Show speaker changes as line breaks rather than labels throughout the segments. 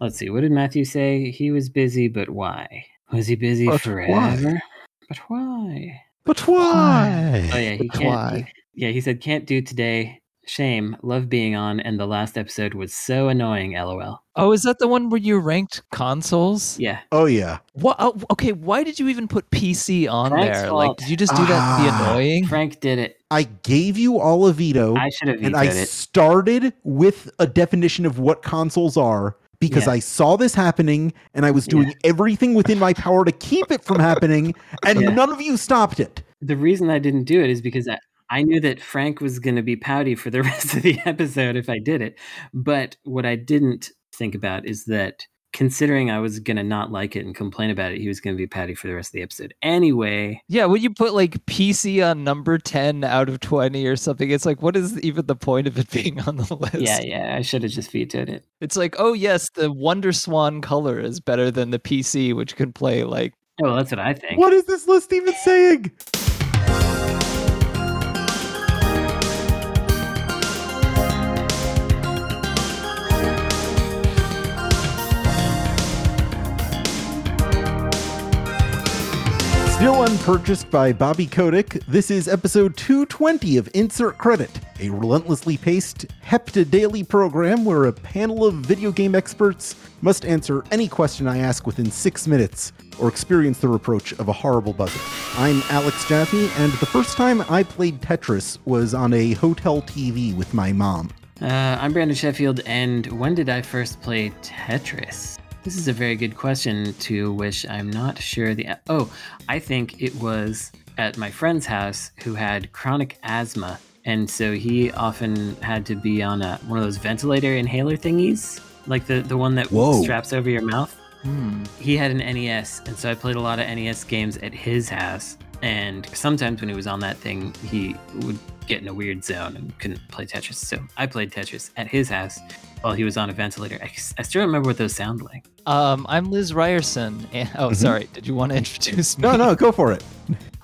Let's see. What did Matthew say? He was busy, but why? Was he busy
But
forever?
why?
But why?
But why?
Oh yeah, he
But
can't.
why?
he- yeah, he said can't do today. Shame. Love being on, and the last episode was so annoying. LOL.
Oh, is that the one where you ranked consoles?
Yeah.
Oh yeah.
What? Oh, okay, why did you even put PC on
Frank's
there? Like,
fault.
did you just do that to be
Ah.
annoying?
Frank did it.
I gave you all of Vito,
I should have
and
vetoed
I
it.
started with a definition of what consoles are because
Yeah.
I saw this happening and I was
Yeah.
doing everything within my power to keep it from happening, and
Yeah.
none of you stopped it.
The reason I didn't do it is because I, I knew that Frank was going to be pouty for the rest of the episode if I did it. But what I didn't think about is that considering I was going to not like it and complain about it, he was going to be pouty for the rest of the episode anyway.
Yeah, when you put like PC on number 10 out of 20 or something, it's like, what is even the point of it being on the list?
Yeah, yeah, I should have just vetoed it.
It's like, oh, yes, the Wonder Swan color is better than the PC, which can play like.
Oh, well, that's what I think.
What is this list even saying? Still unpurchased by Bobby Kotick, this is episode 220 of Insert Credit, a relentlessly paced hepta daily program where a panel of video game experts must answer any question I ask within six minutes or experience the reproach of a horrible buzzer. I'm Alex Jaffe, and the first time I played Tetris was on a hotel TV with my mom.
Uh, I'm Brandon Sheffield, and when did I first play Tetris? This is a very good question to which I'm not sure the. Oh, I think it was at my friend's house who had chronic asthma, and so he often had to be on a, one of those ventilator inhaler thingies, like the, the one that
Whoa.
straps over your mouth
Hmm.
he had an NES, and so I played a lot of NES games at his house. And sometimes when he was on that thing, he would get in a weird zone and couldn't play Tetris. So I played Tetris at his house while he was on a ventilator. I, I still remember what those sound like.
Um, I'm Liz Ryerson. And, oh,
Mhm.
sorry. Did you want to introduce me?
No, no, go for it.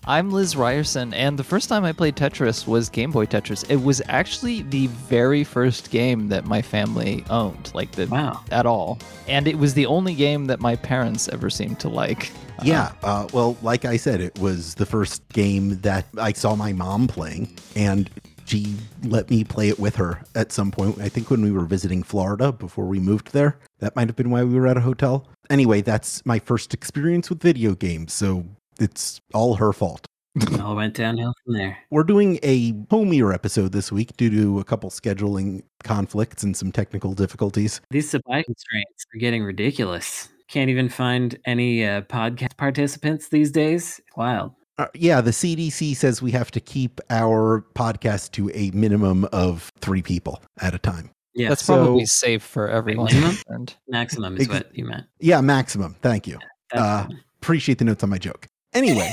I'm Liz Ryerson, and the first time I played Tetris was Game Boy Tetris. It was actually the very first game that my family owned, like the
Wow.
at all, and it was the only game that my parents ever seemed to like.
Yeah. Uh, well, like I said, it was the first game that I saw my mom playing, and she let me play it with her at some point. I think when we were visiting Florida before we moved there. That might have been why we were at a hotel. Anyway, that's my first experience with video games, so it's all her fault.
It all went downhill from there.
We're doing a homier episode this week due to a couple scheduling conflicts and some technical difficulties.
These supply constraints are getting ridiculous. Can't even find any uh, podcast participants these days. Wild.
Uh, yeah, the CDC says we have to keep our podcast to a minimum of three people at a time.
Yeah,
That's
so-
probably safe for everyone.
minimum?
concerned.
maximum is
ex-
what you meant.
Yeah, maximum. Thank you. Uh,
That's-
Appreciate the notes on my joke. Anyway,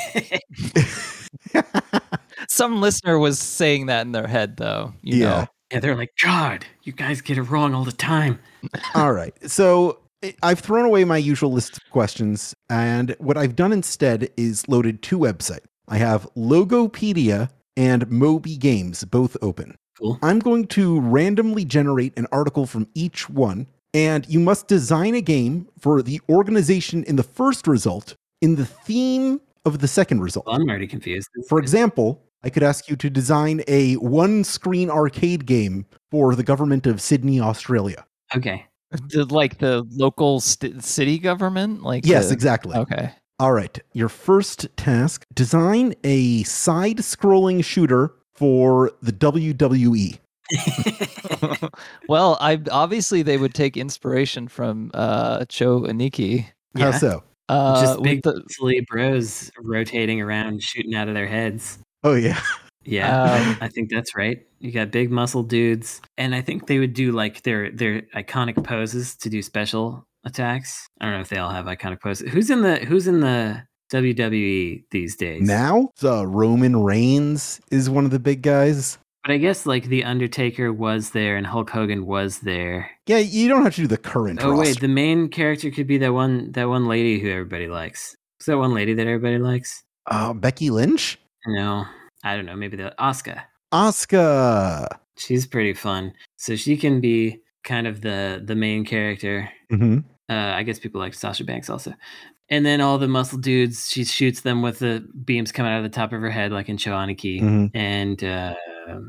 Some listener was saying that in their head, though. You
Yeah.
know.
yeah, they're like, God, you guys get it wrong all the time.
all right. So I- I've thrown away my usual list of questions, and what I've done instead is loaded two websites. I have Logopedia and Moby Games both open.
Cool.
I'm going to randomly generate an article from each one, and you must design a game for the organization in the first result in the theme of the second result.
Well, I'm already confused.
For example, I could ask you to design a one screen arcade game for the government of Sydney, Australia.
Okay.
The, like the local st- city government, like
Yes,
the-
exactly.
Okay.
All right. Your first task design a side scrolling shooter for the E. WWE.
well, I obviously they would take inspiration from uh, Cho Aniki.
yeah.
How so?
Uh,
Just
with
big
the-
silly bros rotating around, shooting out of their heads.
Oh, yeah.
Yeah.
Uh,
um,
I think that's right. You got big muscle dudes, and I think they would do like their their iconic poses to do special attacks. I don't know if they all have iconic poses. Who's in the Who's in the WWE these days?
Now, the Roman Reigns is one of the big guys.
But I guess like the Undertaker was there, and Hulk Hogan was there.
Yeah, you don't have to do the current
Oh wait,
roster.
the main character could be that one that one lady who everybody likes. Is that one lady that everybody likes?
Uh, Becky Lynch?
No, I don't know. Maybe the Oscar.
Asuka.
She's pretty fun. So she can be kind of the the main character.
Mm-hmm.
Uh, I guess people like Sasha Banks also. And then all the muscle dudes, she shoots them with the beams coming out of the top of her head, like in Choaniki.
Mhm.
And uh,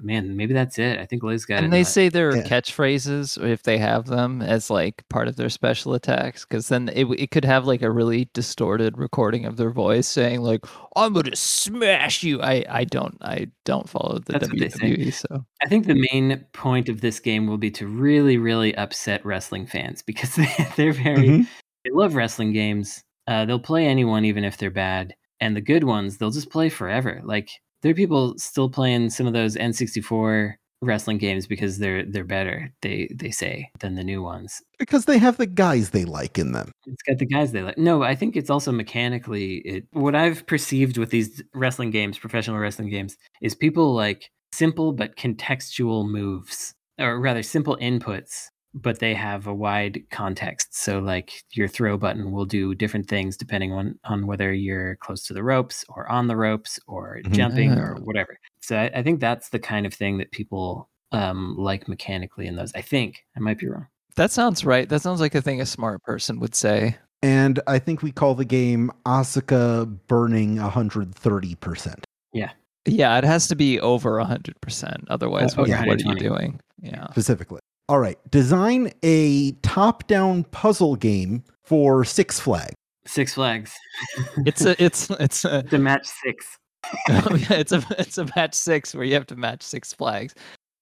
man, maybe that's it. I think Liz got it.
Mm-hmm.
Uh,
and they
in
say their
Yeah.
catchphrases if they have them as like part of their special attacks because then it, w- it could have like a really distorted recording of their voice saying like i'm gonna smash you i i don't i don't follow the
That's what they say.
wwe so
I think the main point of this game will be to really, really upset wrestling fans because they- they're
Mm-hmm.
very
Mhm.
they love wrestling games. Uh, they'll play anyone even if they're bad, and the good ones they'll just play forever. Like there are people still playing some of those N64 wrestling games because they're they're better. They they say than the new ones.
Because they have the guys they like in them.
It's got the guys they like. No, I think it's also mechanically. It, what I've perceived with these wrestling games, professional wrestling games, is people like simple but contextual moves, or rather simple inputs, but they have a wide context. So, like your throw button will do different things depending on on whether you're close to the ropes or on the ropes or
Mhm.
jumping or
Ah.
whatever. So, I, I think that's the kind of thing that people um, like mechanically in those. I think I might be wrong.
that sounds right that sounds like a thing a smart person would say
And I think we call the game Asuka burning 130%.
yeah it has to be over 100% otherwise what,
Over
what are you
120.
doing yeah
specifically. All right, design a top-down puzzle game for Six Flags.
Six Flags,
it's a it's it's a
the match six.
Oh, yeah, it's a it's a match six where you have to match six flags.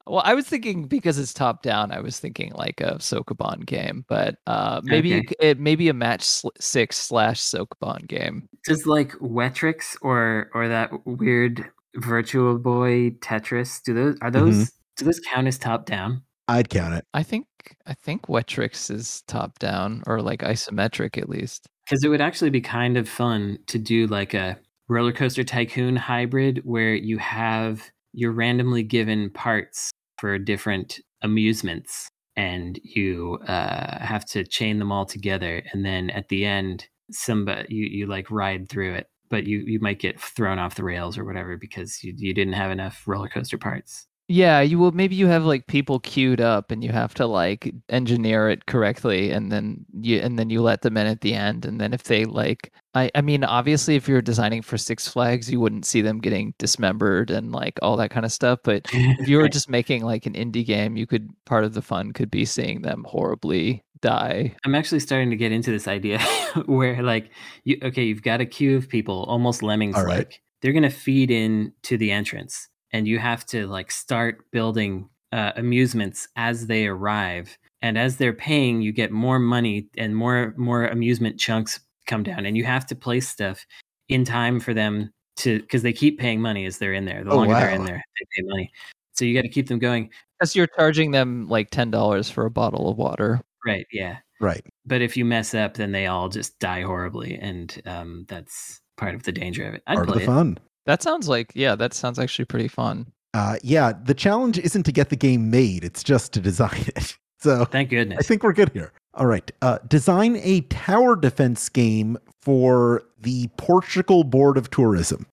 Well, I was thinking because it's top down, I was thinking like a Sokoban game, but uh, maybe you
Okay.
c- it maybe a match sl- six slash Sokoban game.
Just like Wetrix or or that weird Virtual Boy Tetris. Do those are those do those count as top down?
I'd count it.
I think I think Wetrix is top down or like isometric at least.
Because it would actually be kind of fun to do like a roller coaster tycoon hybrid where you have you're randomly given parts for different amusements and you uh, have to chain them all together and then at the end somebody you, you like ride through it but you, you might get thrown off the rails or whatever because you, you didn't have enough roller coaster parts
Yeah, you will. Maybe you have like people queued up, and you have to like engineer it correctly, and then you and then you let them in at the end. And then if they like, I I mean, obviously, if you're designing for Six Flags, you wouldn't see them getting dismembered and like all that kind of stuff. But if you were just making like an indie game, you could part of the fun could be seeing them horribly die.
I'm actually starting to get into this idea where like you okay, you've got a queue of people, almost lemmings
All
like.
right.
They're gonna feed in to the entrance and you have to like start building uh, amusements as they arrive. And as they're paying, you get more money and more more amusement chunks come down and you have to place stuff in time for them to because they keep paying money as they're in there. The
Oh,
longer they're in
wow.
there, they pay money. So you gotta keep them going.
Because you're charging them like ten dollars for a bottle of water.
Right, yeah.
Right.
but if you mess up, then they all just die horribly, and um, that's part of the danger of it. I'd
Part of
play
the
it.
fun.
That sounds like yeah, that sounds actually pretty fun.
Uh, yeah, the challenge isn't to get the game made, it's just to design it. So
Thank
I
goodness.
think we're good here. All right. Uh, design a tower defense game for the Portugal Board of Tourism.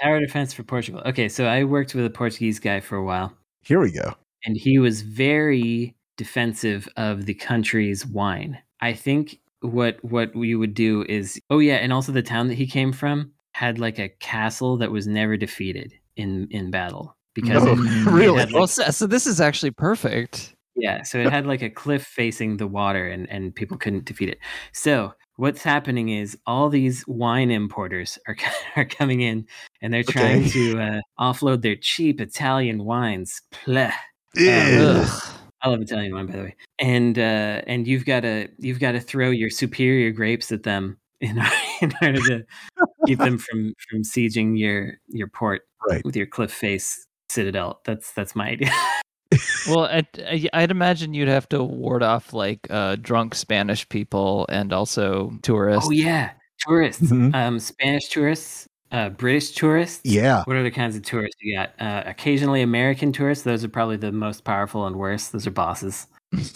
Tower defense for Portugal. Okay, so I worked with a Portuguese guy for a while,
Here we go.
and he was very defensive of the country's wine. I think what what we would do is oh yeah, and also the town that he came from had like a castle that was never defeated in in battle because
Mm-hmm. No,
it-
really?
had, like-
Well, so, so this is actually perfect.
Yeah, so it had like a cliff facing the water and, and people couldn't defeat it. So what's happening is all these wine importers are, co- are coming in and they're trying
Okay.
to uh, offload their cheap Italian wines. Pleh.
Ugh.
Ugh.
I love Italian wine, by the way. And uh, and you've got to you've got to throw your superior grapes at them in, in order to keep them from from sieging your your port
Right.
with your cliff face citadel. That's that's my idea.
Well, I'd, I- I'd imagine you'd have to ward off like uh, drunk Spanish people and also tourists.
Oh yeah, tourists.
Mhm.
Um, Spanish tourists, uh, British tourists.
Yeah.
What other kinds of tourists you got? Uh, occasionally American tourists. Those are probably the most powerful and worst. Those are bosses.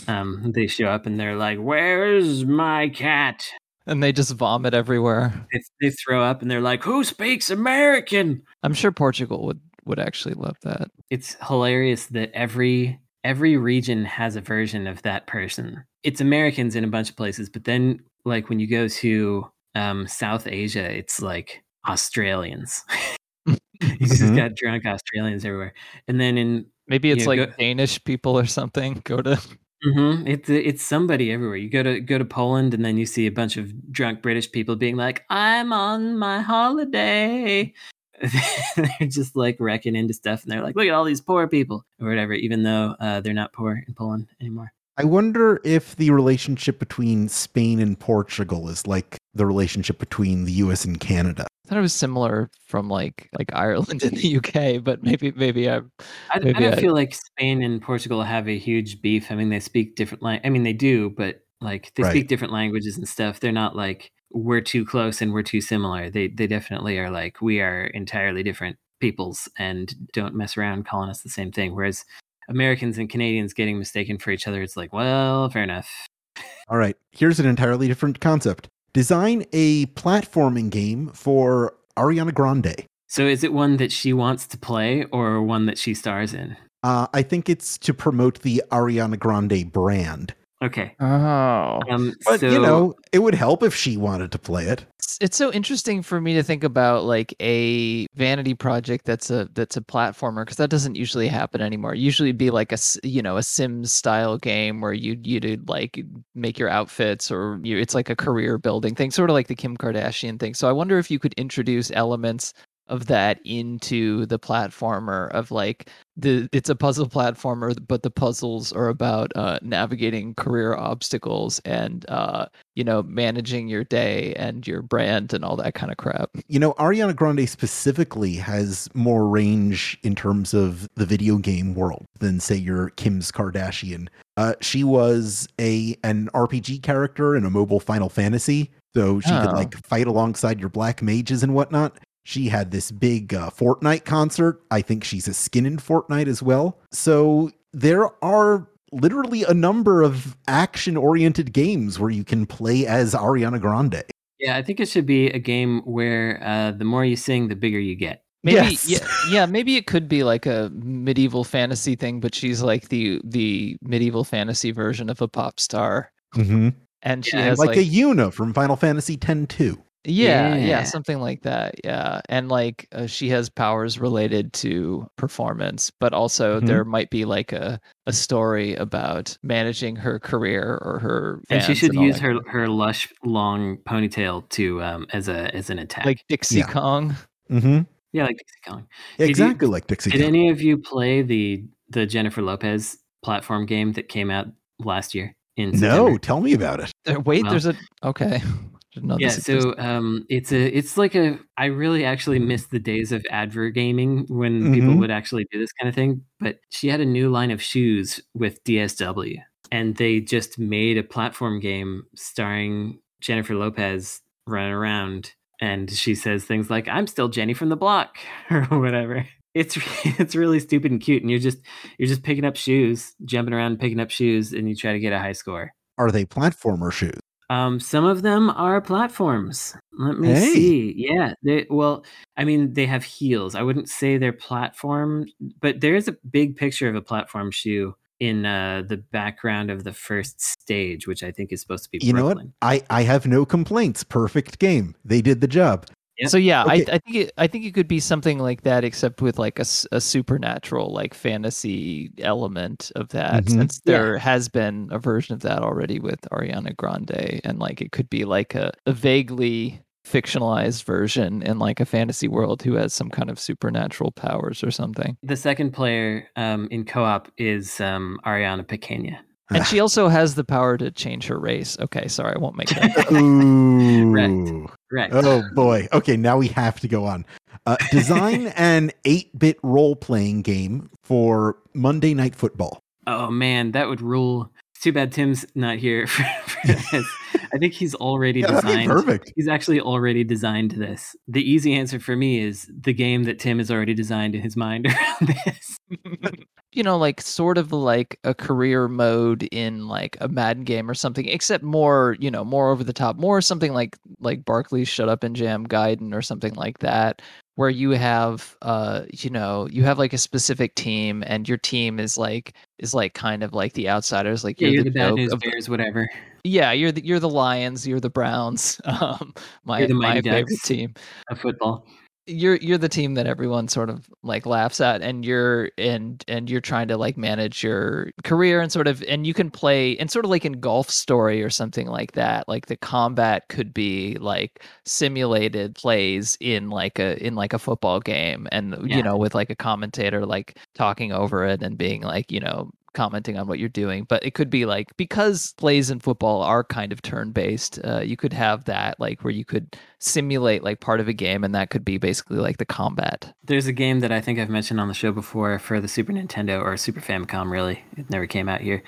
Um, they show up and they're like, "Where's my cat?"
And they just vomit everywhere.
They, they throw up and they're like, "Who speaks American?"
I'm sure Portugal would, would actually love that.
It's hilarious that every every region has a version of that person. It's Americans in a bunch of places, but then like when you go to um, South Asia, it's like Australians. you just
Mhm.
got drunk Australians everywhere, and then in
Maybe it's
Yeah,
like
go-
Danish people or something. Go to
Mm-hmm. It's it's somebody everywhere. You go to go to Poland, and then you see a bunch of drunk British people being like, "I'm on my holiday." they're just like wrecking into stuff, and they're like, "Look at all these poor people," or whatever. Even though uh, they're not poor in Poland anymore.
I wonder if the relationship between Spain and Portugal is like the relationship between the US and Canada.
I thought it was similar from like like Ireland and the UK, but maybe maybe I'm
I, I
Maybe
don't
I-
feel like Spain and Portugal have a huge beef. I mean, they speak different. Li- I mean, they do, but like they
Right.
speak different languages and stuff. They're not like we're too close and we're too similar. They they definitely are like we are entirely different peoples and don't mess around calling us the same thing. Whereas Americans and Canadians getting mistaken for each other, it's like, well, fair enough.
All right, here's an entirely different concept. Design a platforming game for Ariana Grande.
So is it one that she wants to play or one that she stars in?
Uh, I think it's to promote the Ariana Grande brand.
Okay.
Oh.
Um,
But
so
you know, it would help if she wanted to play it.
It's, it's so interesting for me to think about like a vanity project that's a that's a platformer because that doesn't usually happen anymore. It usually be like a s- you know a Sims style game where you you do like make your outfits or you it's like a career building thing, sort of like the Kim Kardashian thing. So I wonder if you could introduce elements of that into the platformer of like the it's a puzzle platformer but the puzzles are about uh navigating career obstacles and uh you know, managing your day and your brand and all that kind of crap.
You know, Ariana Grande specifically has more range in terms of the video game world than, say, your Kim's Kardashian. Uh, she was a an RPG character in a mobile Final Fantasy, so she could
Oh.
like fight alongside your black mages and whatnot. She had this big uh, Fortnite concert. I think she's a skin in Fortnite as well. So there are literally a number of action-oriented games where you can play as Ariana Grande.
yeah, I think it should be a game where uh, the more you sing, the bigger you get.
Maybe
Yes.
yeah, yeah, maybe it could be like a medieval fantasy thing, but she's like the the medieval fantasy version of a pop star.
Mm-hmm.
And she
Yeah,
has
like,
like,
a Yuna from Final Fantasy X 2.
yeah, yeah,
Yeah.
something like that. Yeah. And like uh, she has powers related to performance, but also
Mm-hmm.
Mhm.
there might be like a a story about managing her career or her
and she
fans
should
all
use
that
her
kind of-
her lush long ponytail to um as a as an attack
like Dixie
Yeah.
Kong.
Mm-hmm.
yeah like Dixie Kong. Did you-
Exactly like Dixie.
did
Cup.
any of you play the the jennifer lopez platform game that came out last year in
no,
September?
tell me about it.
There, wait,
Well-
there's a okay. Didn't know
yeah
this existed.
so um it's a it's like a i really actually miss the days of adver gaming when people
Mhm.
would actually do this kind of thing but she had a new line of shoes with dsw and they just made a platform game starring jennifer lopez running around and she says things like i'm still jenny from the block or whatever it's it's really stupid and cute and you're just you're just picking up shoes jumping around and picking up shoes and you try to get a high score
Are they platformer shoes?
um, some of them are platforms. Let me
Hey.
see. Yeah, they, well, I mean, they have heels. I wouldn't say they're platform, but there is a big picture of a platform shoe in uh, the background of the first stage, which I think is supposed to be
You know what?
Brooklyn.
I, I have no complaints. Perfect game. They did the job.
Yep.
So yeah,
Okay.
I, I think it, I think it could be something like that, except with like a, s- a supernatural like fantasy element of that,
Mhm.
since
Yeah.
there has been a version of that already with Ariana Grande, and like it could be like a, a vaguely fictionalized version in like a fantasy world who has some kind of supernatural powers or something.
The second player um, in co-op is um, Ariana Pequena.
And she also has the power to change her race. Okay, sorry, I won't make that.
Ooh.
Right.
Oh boy. Okay, now we have to go on. Uh, design an 8-bit role-playing game for Monday Night Football.
Oh man, that would rule. It's too bad Tim's not here for, for this. I think he's already
Yeah, that'd be
designed.
perfect.
He's actually already designed this. The easy answer for me is the game that Tim has already designed in his mind around this.
you know, like sort of like a career mode in like a Madden game or something, except more, you know, more over the top, more something like like Barkley's Shut Up and Jam Gaiden or something like that, where you have uh you know you have like a specific team and your team is like is like kind of like the outsiders like
Yeah, you're the, bad
joke
news
of the-
bears, whatever.
yeah you're the you're the lions you're the browns um my
You're the
my
Mighty
favorite
Ducks.
team
Of football.
you're you're the team that everyone sort of like laughs at and you're and and you're trying to like manage your career and sort of and you can play and sort of like in golf story or something like that like the combat could be like simulated plays in like a in like a football game and
Yeah.
you know with like a commentator like talking over it and being like you know commenting on what you're doing but it could be like because plays in football are kind of turn based uh, you could have that like where you could simulate like part of a game and that could be basically like the combat
There's a game that I think I've mentioned on the show before for the Super Nintendo or Super Famicom, really. It never came out here.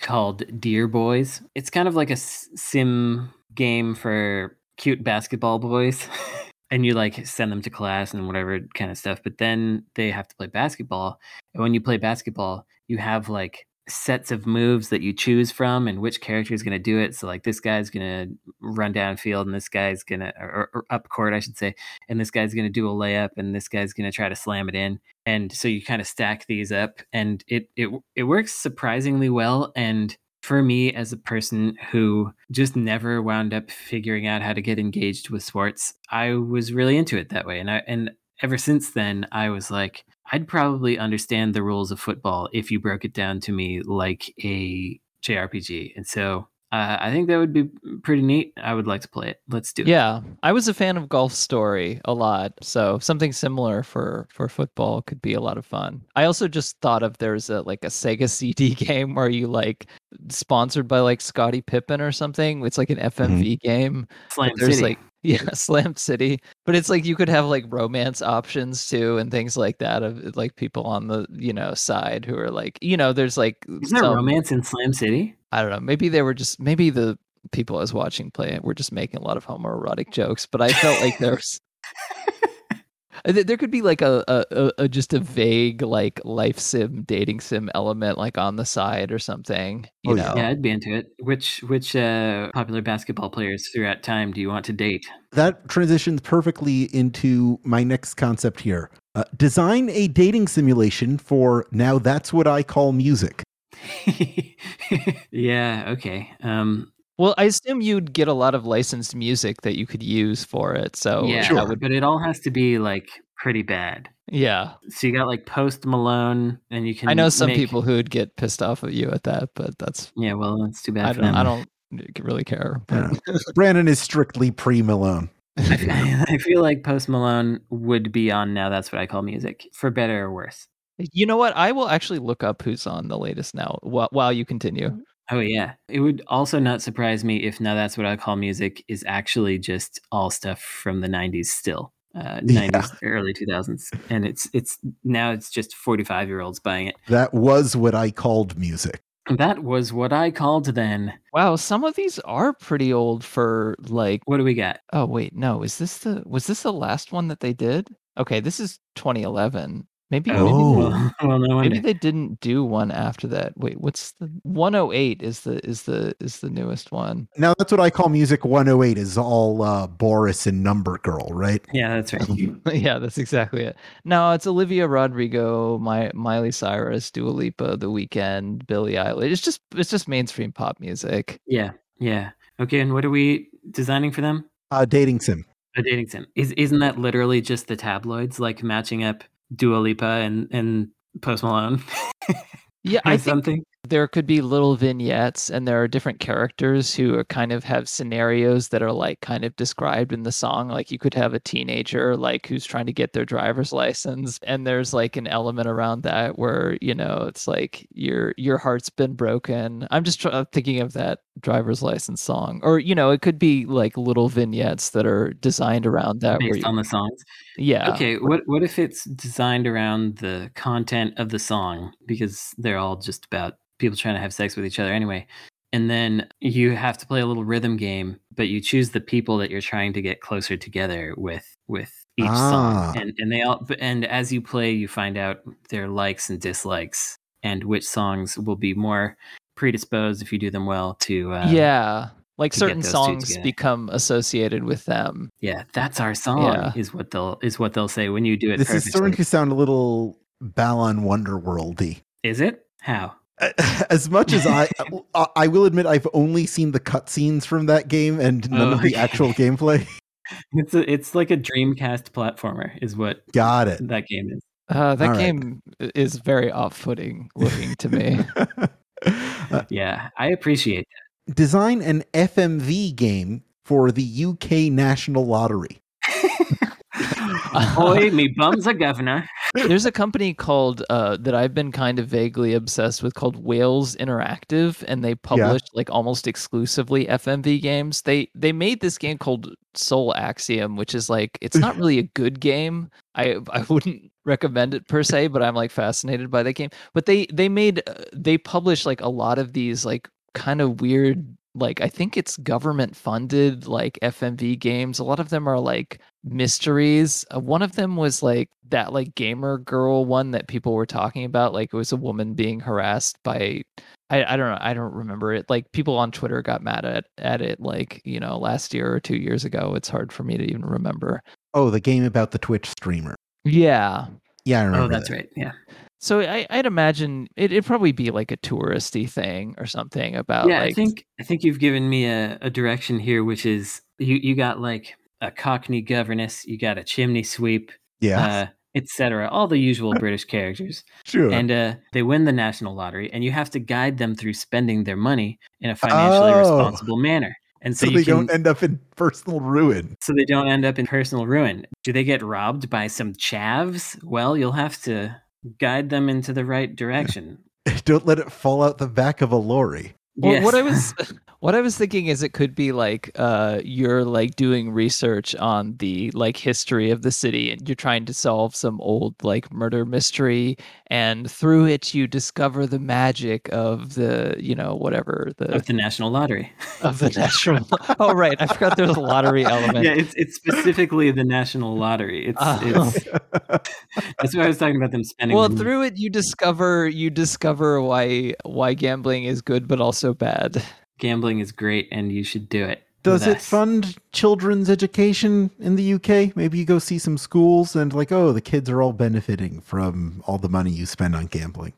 Called Deer Boys. It's kind of like a s- sim game for cute basketball boys. and you like send them to class and whatever kind of stuff. But then they have to play basketball. And when you play basketball, you have like sets of moves that you choose from and which character is going to do it. So like this guy's going to run downfield and this guy's going to, or, or up court, I should say, and this guy's going to do a layup and this guy's going to try to slam it in and so you kind of stack these up and it it it works surprisingly well and for me as a person who just never wound up figuring out how to get engaged with sports i was really into it that way and i and ever since then i was like i'd probably understand the rules of football if you broke it down to me like a jrpg and so uh, i think that would be pretty neat i would like to play it let's do it
yeah i was a fan of golf story a lot so something similar for for football could be a lot of fun i also just thought of there's a like a sega cd game where you like sponsored by like scotty pippen or something it's like an fmv game
Mm-hmm. Slam
But there's
City.
like yeah slam city but it's like you could have like romance options too and things like that of like people on the you know side who are like you know there's like
Isn't there
some-
romance in Slam City?
I don't know. Maybe they were just maybe the people I was watching play it were just making a lot of homoerotic jokes, but I felt like there was I thi- there could be like a, a, a, a just a vague like life sim dating sim element like on the side or something. You
Oh, yeah.
know.
Yeah, I'd be into it. Which which uh, popular basketball players throughout time do you want to date?
that transitions perfectly into my next concept here. Uh, design a dating simulation for now that's what I call music.
yeah, okay. Um,
Well, I assume you'd get a lot of licensed music that you could use for it. So
yeah,
that
sure.
would
but it all has to be like pretty bad.
yeah.
So you got like Post Malone, and you can.
I know some
make-
people who'd get pissed off at you at that, but that's
Yeah, well, that's too bad
I
for
don't
them.
I don't really care.
Yeah. Brandon is strictly pre Malone.
I fe- I feel like Post Malone would be on now. That's what I call music, for better or worse.
You know what? I will actually look up who's on the latest now while, while you continue.
Oh yeah, it would also not surprise me if now that's what I call music is actually just all stuff from the '90s still, uh,
Yeah.
'90s, early 2000s, and it's it's now it's just 45 year olds buying it.
That was what I called music.
That was what I called then.
Wow, some of these are pretty old for like
What do we got?
oh wait, no, is this the was this the last one that they did? Okay, this is 2011. Maybe
Oh.
maybe,
well, well, no
they,
wonder.
maybe they didn't do one after that. Wait, what's the 108 is the is the is the newest one.
Now that's what I call music 108 is all uh, Boris and Number Girl, right?
yeah, that's
Uh-huh.
right.
yeah, that's exactly it. No, it's Olivia Rodrigo, my Miley Cyrus, Dua Lipa, The Weeknd, Billie Eilish. It's just it's just mainstream pop music.
Yeah, yeah. Okay, and what are we designing for them?
Uh, dating sim.
A dating sim. Is isn't that literally just the tabloids like matching up Dua Lipa and and Post Malone
Yeah,
or
I think
something?
there could be little vignettes and there are different characters who are kind of have scenarios that are like kind of described in the song like you could have a teenager like who's trying to get their driver's license and there's like an element around that where you know it's like your your heart's been broken i'm just try- thinking of that driver's license song or you know it could be like little vignettes that are designed around that where
based
you-
on the songs.
yeah
Okay, what what if it's designed around the content of the song because they're all just about people trying to have sex with each other anyway. And then you have to play a little rhythm game, but you choose the people that you're trying to get closer together with with each
Ah.
song. And and they all and as you play you find out their likes and dislikes and which songs will be more predisposed if you do them well to uh,
yeah like
to get
certain
those two
songs
together.
become associated with them.
Yeah, that's our song
Yeah.
is what they'll is what they'll say when you do it
This is
perfectly.
starting to sound a little Balon Wonderworldy.
Is it? How?
As much as I, I- I will admit, I've only seen the cutscenes from that game and none
Oh,
of the
okay.
actual gameplay.
It's a, it's like a Dreamcast platformer is what
Got it.
that game is.
Uh, that
All right.
game i- is very off-footing looking to me.
Uh,
Yeah, I appreciate
design an FMV game for the UK National Lottery.
that. Boy, me bum's a governor.
There's a company called uh, that I've been kind of vaguely obsessed with called Wales Interactive, and they published like almost exclusively FMV games. They they made this game called Soul Axiom, which is like it's not really a good game. I I wouldn't recommend it per se, but I'm like fascinated by that game. But they they made uh, they published like a lot of these like kind of weird like I think it's government funded like FMV games. A lot of them are like mysteries. Uh, one of them was like that like gamer girl one that people were talking about. Like it was a woman being harassed by I, I don't know, I don't remember it. Like people on Twitter got mad at at it like, you know, last year or two years ago. It's hard for me to even remember.
Oh, the game about the Twitch streamer.
Yeah.
Yeah, I remember.
Oh, that's
that.
right. Yeah.
So I, I'd imagine it, it'd probably be like a touristy thing or something about
yeah,
like
I think I think you've given me a, a direction here, which is you you got like a Cockney governess, you got a chimney sweep,
Yeah,
uh, etc. All the usual British characters,
sure.
and uh, they win the national lottery, and you have to guide them through spending their money in a financially
Oh.
responsible manner. And so,
so
you
they
can,
don't end up in personal ruin.
so they don't end up in personal ruin. Do they get robbed by some chavs? Well, you'll have to guide them into the right direction.
Don't let it fall out the back of a lorry.
Well, what I
Yes.
was what I was thinking is it could be like uh you're like doing research on the like history of the city and you're trying to solve some old like murder mystery and through it you discover the magic of the you know whatever the
of the national lottery.
of the national Oh right, I forgot there was a lottery element.
yeah, it's it's specifically the national lottery. It's,
Oh.
it's that's what I was talking about them spending.
Well,
the money.
through it you discover you discover why why gambling is good but also bad.
gambling is great, and you should do it.
Does
with
it
us.
fund children's education in the UK? Maybe you go see some schools and like, oh, the kids are all benefiting from all the money you spend on gambling.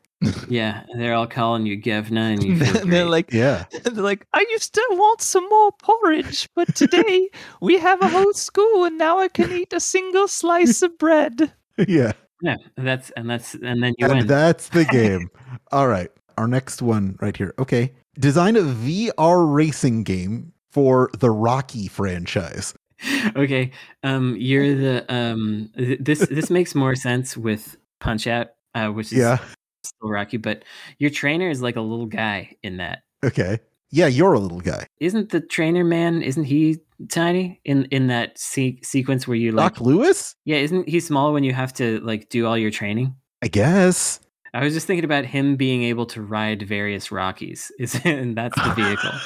Yeah, and they're all calling you Gevna, and you feel
and they're
great.
like
Yeah.
They're like, I used to want some more porridge, but today we have a whole school and now I can eat a single slice of bread.
yeah.
yeah, that's and that's and then you
And
win.
that's the game. all right. Our next one right here. Okay. Design a VR racing game for the Rocky franchise.
okay, um, you're the um. th- This this makes more sense with Punch Out, uh, which is
Yeah.
still Rocky, but your trainer is like a little guy in that.
Okay. Yeah, you're a little guy.
Isn't the trainer man? Isn't he tiny in in that se- sequence where you like
Doc Lewis?
Yeah, isn't he small when you have to like do all your training?
I guess.
I was just thinking about him being able to ride various Rockies. Is and that's the vehicle.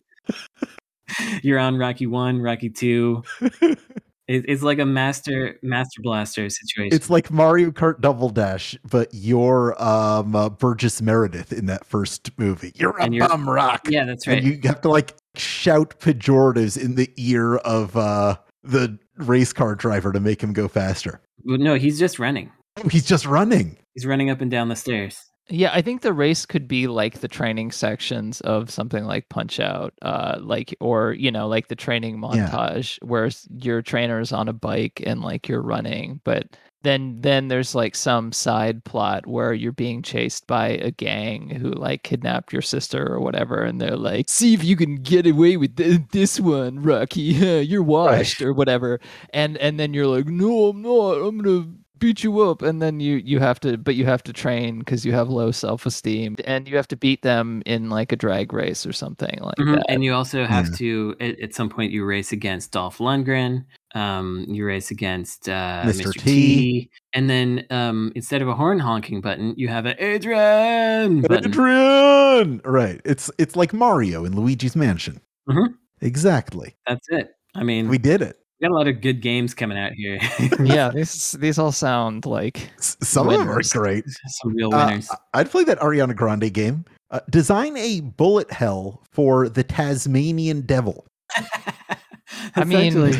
You're on Rocky One, Rocky Two. It, it's like a master master blaster situation.
It's like Mario Kart Double Dash, but you're um, uh, Burgess Meredith in that first movie. You're a
And you're-
bum rock,
yeah, that's right.
and you have to like shout pejoratives in the ear of uh, the race car driver to make him go faster. Oh,
Well, no, he's just running.
He's just running.
He's running up and down the stairs.
Yeah, I think the race could be like the training sections of something like Punch Out, uh, like or you know, like the training
Yeah.
montage where s- your trainer's on a bike and like you're running, but then then there's like some side plot where you're being chased by a gang who like kidnapped your sister or whatever, and they're like, "See if you can get away with th- this one, Rocky. you're washed or whatever." and and then you're like no i'm not i'm gonna beat you up and then you you have to but you have to train because you have low self-esteem and you have to beat them in like a drag race or something like
Mhm,
that
And you also have to at, at some point you race against Dolph Lundgren. Um, you race against uh,
Mr.
Mr.
T.
T. and then um, instead of a horn honking button, you have a Adrian button.
Adrian! Right. It's it's like Mario in Luigi's Mansion.
Mhm.
Exactly.
That's it. I mean,
We
we
did it.
got a lot of good games coming out here.
yeah these these all sound like
S- Some
Winners.
of them are great.
Some real
Uh,
winners.
I'd play that Ariana Grande game. Uh, design a bullet hell for the Tasmanian devil.
That's
mean-
actually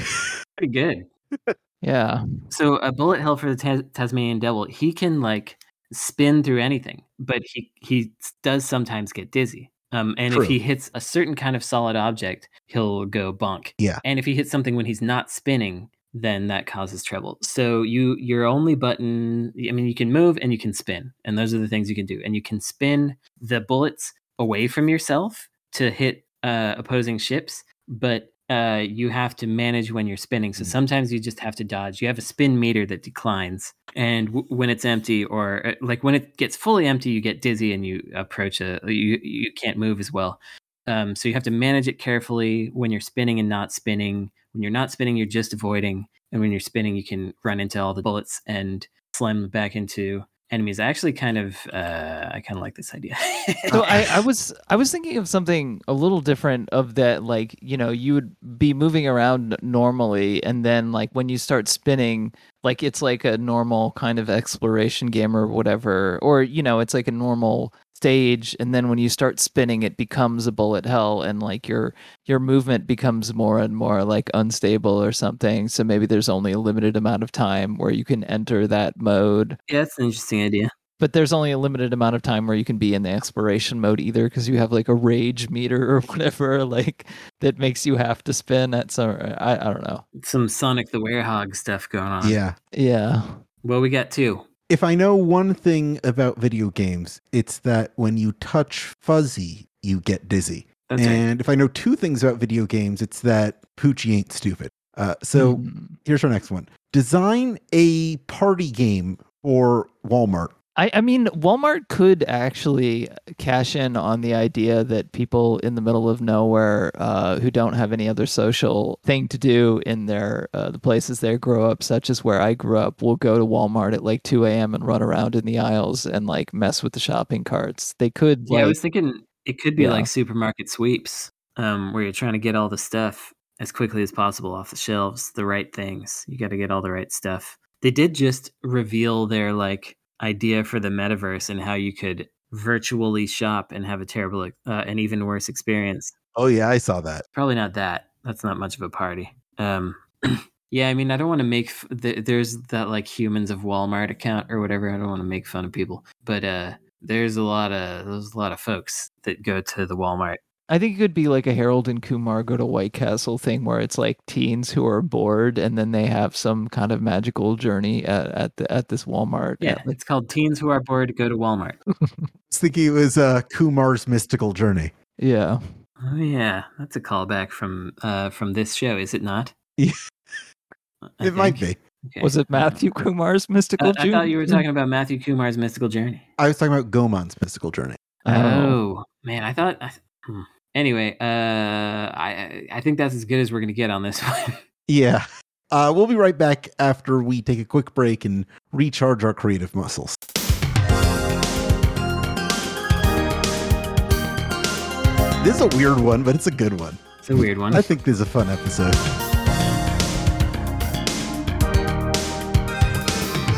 pretty good.
Yeah.
So a bullet hell for the Tas- Tasmanian devil, he can like spin through anything, but he he s- does sometimes get dizzy. Um, and
True.
if he hits a certain kind of solid object, he'll go bonk.
Yeah.
And if he hits something when he's not spinning, then that causes trouble. So you your only button, I mean, you can move and you can spin, and those are the things you can do. And you can spin the bullets away from yourself to hit uh, opposing ships, but uh, you have to manage when you're spinning. So
Mm.
sometimes you just have to dodge. You have a spin meter that declines, and w- when it's empty, or uh, like when it gets fully empty, you get dizzy and you approach a you you can't move as well. Um, so you have to manage it carefully when you're spinning and not spinning. When you're not spinning, you're just avoiding, and when you're spinning, you can run into all the bullets and slam back into enemies. I actually kind of uh, I kind of like this idea.
So I, I was I was thinking of something a little different of that like you know you would be moving around n- normally and then like when you start spinning like it's like a normal kind of exploration game or whatever or you know it's like a normal stage and then when you start spinning it becomes a bullet hell and like your your movement becomes more and more like unstable or something so maybe there's only a limited amount of time where you can enter that mode
yeah, that's an interesting idea.
but there's only a limited amount of time where you can be in the exploration mode either because you have like a rage meter or whatever like that makes you have to spin at some i, I don't know
Some Sonic the Werehog stuff going on.
Yeah.
yeah
Well, we got two.
If I know one thing about video games, it's that when you touch fuzzy, you get dizzy.
That's right.
and if I know two things about video games, it's that Poochie ain't stupid. Uh, so
Hmm.
Mm.
here's our next one design a party game for Walmart.
I, I mean walmart could actually cash in on the idea that people in the middle of nowhere uh, who don't have any other social thing to do in their uh, the places they grow up such as where i grew up will go to walmart at like 2 a.m and run around in the aisles and like mess with the shopping carts they could
Yeah, I
like,
was thinking it could be
Yeah.
like supermarket sweeps, um, where you're trying to get all the stuff as quickly as possible off the shelves, the right things. You got to get all the right stuff. They did just reveal their like idea for the metaverse and how you could virtually shop and have a terrible, uh, an even worse experience.
Oh, yeah, I saw that.
Probably not that. That's not much of a party. Um, yeah, I mean, I don't want to make f- th- there's that like humans of Walmart account or whatever. I don't want to make fun of people, but uh, there's a lot of there's a lot of folks that go to the Walmart.
I think it could be like a Harold and Kumar go to White Castle thing where it's like teens who are bored and then they have some kind of magical journey at, at, the, at this Walmart.
Yeah,
at, like-
it's called Teens Who Are Bored Go to Walmart.
I was thinking it was uh, Kumar's Mystical Journey.
yeah.
Oh yeah, that's a callback from uh from this show, is it not?
Yeah.
I
it might
think.
be.
Okay.
Was it
I don't know.
Matthew Kumar's mystical
I, I thought
journey?
you were talking about Matthew Kumar's mystical journey.
I was talking about Gomon's Mystical Journey.
Oh.
Oh man, I thought. I, th- hmm. anyway, uh, I I I think that's as good as we're gonna get on this one.
Yeah. Uh, we'll be right back after we take a quick break and recharge our creative muscles. This is a weird one, but it's a good one.
it's a weird one.
I think this is a fun episode.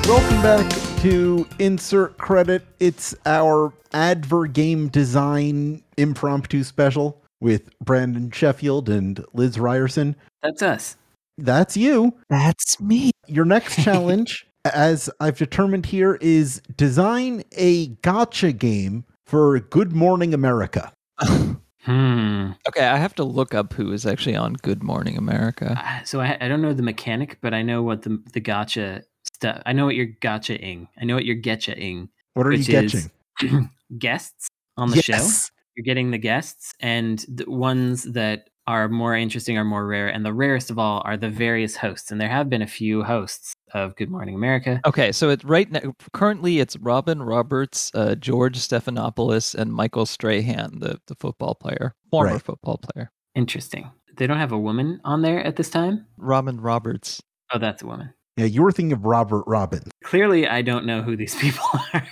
Welcome back to Insert Credit. It's our Adver Game Design Impromptu Special with Brandon Sheffield and Liz Ryerson.
That's us.
That's you.
That's me.
Your next challenge, as I've determined here, is design a gotcha game for Good Morning America.
Hmm.
Okay, I have to look up who is actually on Good Morning America.
Ah, So I I don't know the mechanic, but I know what the the gotcha stuff. I know what you're gotcha ing. I know what you're getcha ing.
What are
Which
you
is
catching?
guests on the show. You're getting the guests, and the ones that are more interesting are more rare, and the rarest of all are the various hosts. And there have been a few hosts of Good Morning America.
Okay, so it's right now. Currently, it's Robin Roberts, uh, George Stephanopoulos, and Michael Strahan, the, the football player, former
Right.
football player.
Interesting. They don't have a woman on there at this time.
Robin Roberts.
Oh, that's a woman.
Yeah, you were thinking of Robert Robbins.
Clearly, I don't know who these people are.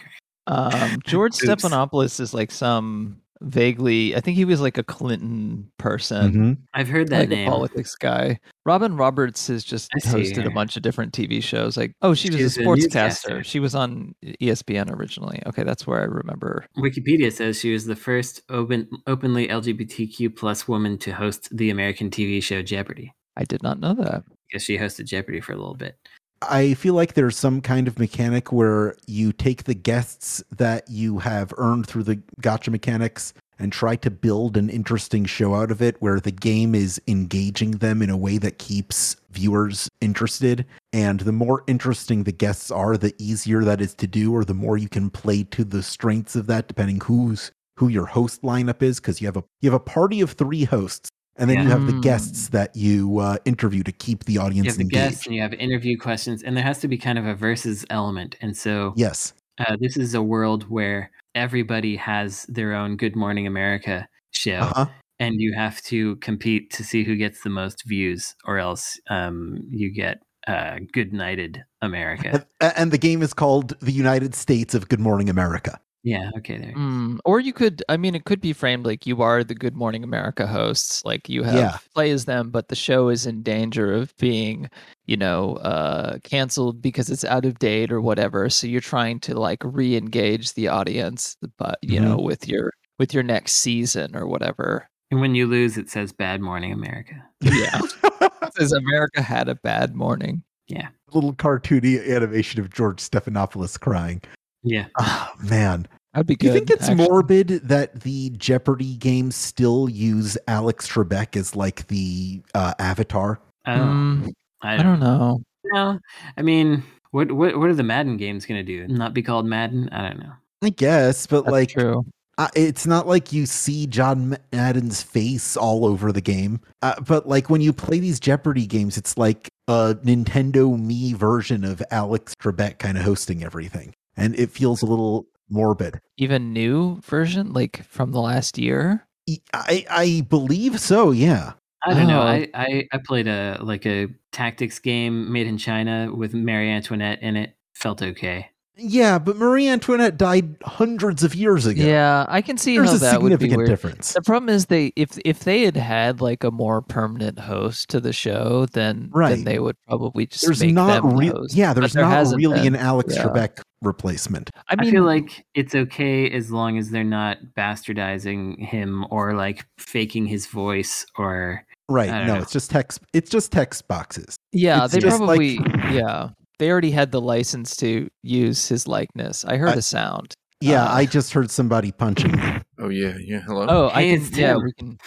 Um, George
Oops.
Stephanopoulos is like some vaguely. I think he was like a Clinton
Uh,
person,
Mhm.
I've heard that
like
name.
a politics guy. Robin Roberts has just
I see
hosted
her.
a bunch of different TV shows. Like, oh, she was
She's
a
a
sportscaster.
newscaster.
She was on E ESPN originally. Okay, that's where I remember.
Wikipedia says she was the first open, openly LGBTQ plus woman to host the American TV show Jeopardy.
I did not know that.
Because she hosted Jeopardy for a little bit.
I feel like there's some kind of mechanic where you take the guests that you have earned through the gotcha mechanics and try to build an interesting show out of it where the game is engaging them in a way that keeps viewers interested. And the more interesting the guests are, the easier that is to do, or the more you can play to the strengths of that, depending who's who your host lineup is, because you have a you have a party of three hosts, and then you have the
Yeah.
guests that you uh, interview to keep the audience
You have the
engaged.
guests and you have interview questions, and there has to be kind of a versus element. And so
Yes.
uh, this is a world where everybody has their own Good Morning America show,
Uh-huh.
Uh huh.
and you have to compete to see who gets the most views, or else um, you get uh, Good Nighted America.
And, and the game is called The United States of Good Morning America.
yeah, okay, there.
Mm, or you could, I mean, it could be framed like you are the Good Morning America hosts. Like you have
Yeah.
play as them, but the show is in danger of being, you know, uh, canceled because it's out of date or whatever. So you're trying to like re-engage the audience, but you
Mhm.
know, with your with your next season or whatever.
And when you lose, it says Bad Morning America.
Yeah, says America had a bad morning.
Little cartoony animation of George Stephanopoulos crying.
Yeah.
Oh, man.
That'd be
Do
good.
you think it's
actually.
morbid that the Jeopardy games still use Alex Trebek as like the uh, avatar?
Oh,
Mm,
I
I
don't,
don't know.
know. I mean, what, what what are the Madden games going to do? Not be called Madden? I don't know.
I guess, but
That's
like,
true.
uh, it's not like you see John Madden's face all over the game. Uh, but like when you play these Jeopardy games, it's like a Nintendo me version of Alex Trebek kind of hosting everything, and it feels a little morbid.
Even new version, like from the last year.
E- I I believe so. Yeah.
I don't know.
Oh.
I, I I played a like a tactics game made in China with Marie Antoinette in it. Felt okay.
Yeah, but Marie Antoinette died hundreds of years ago.
Yeah, I can see
There's
how
a
that would be
significant
weird.
difference.
The problem is they if if they had had like a more permanent host to the show, then
Right.
then they would probably just
There's
make
not
them the
real.
host.
Yeah,
But
there's
there
not
hasn't
really
been.
an Alex
Yeah.
Trebek replacement.
I
I,
mean,
feel like it's okay as long as they're not bastardizing him or like faking his voice or I
Right.
don't
No,
know.
it's just text. It's just text boxes.
yeah,
it's
they
just like-
probably yeah they already had the license to use his likeness. I heard
I-
a sound.
Yeah,
Uh,
I just heard somebody punching me.
Oh yeah, yeah. Hello.
Oh, I
hey,
can,
it's
yeah,
Tim.
we can.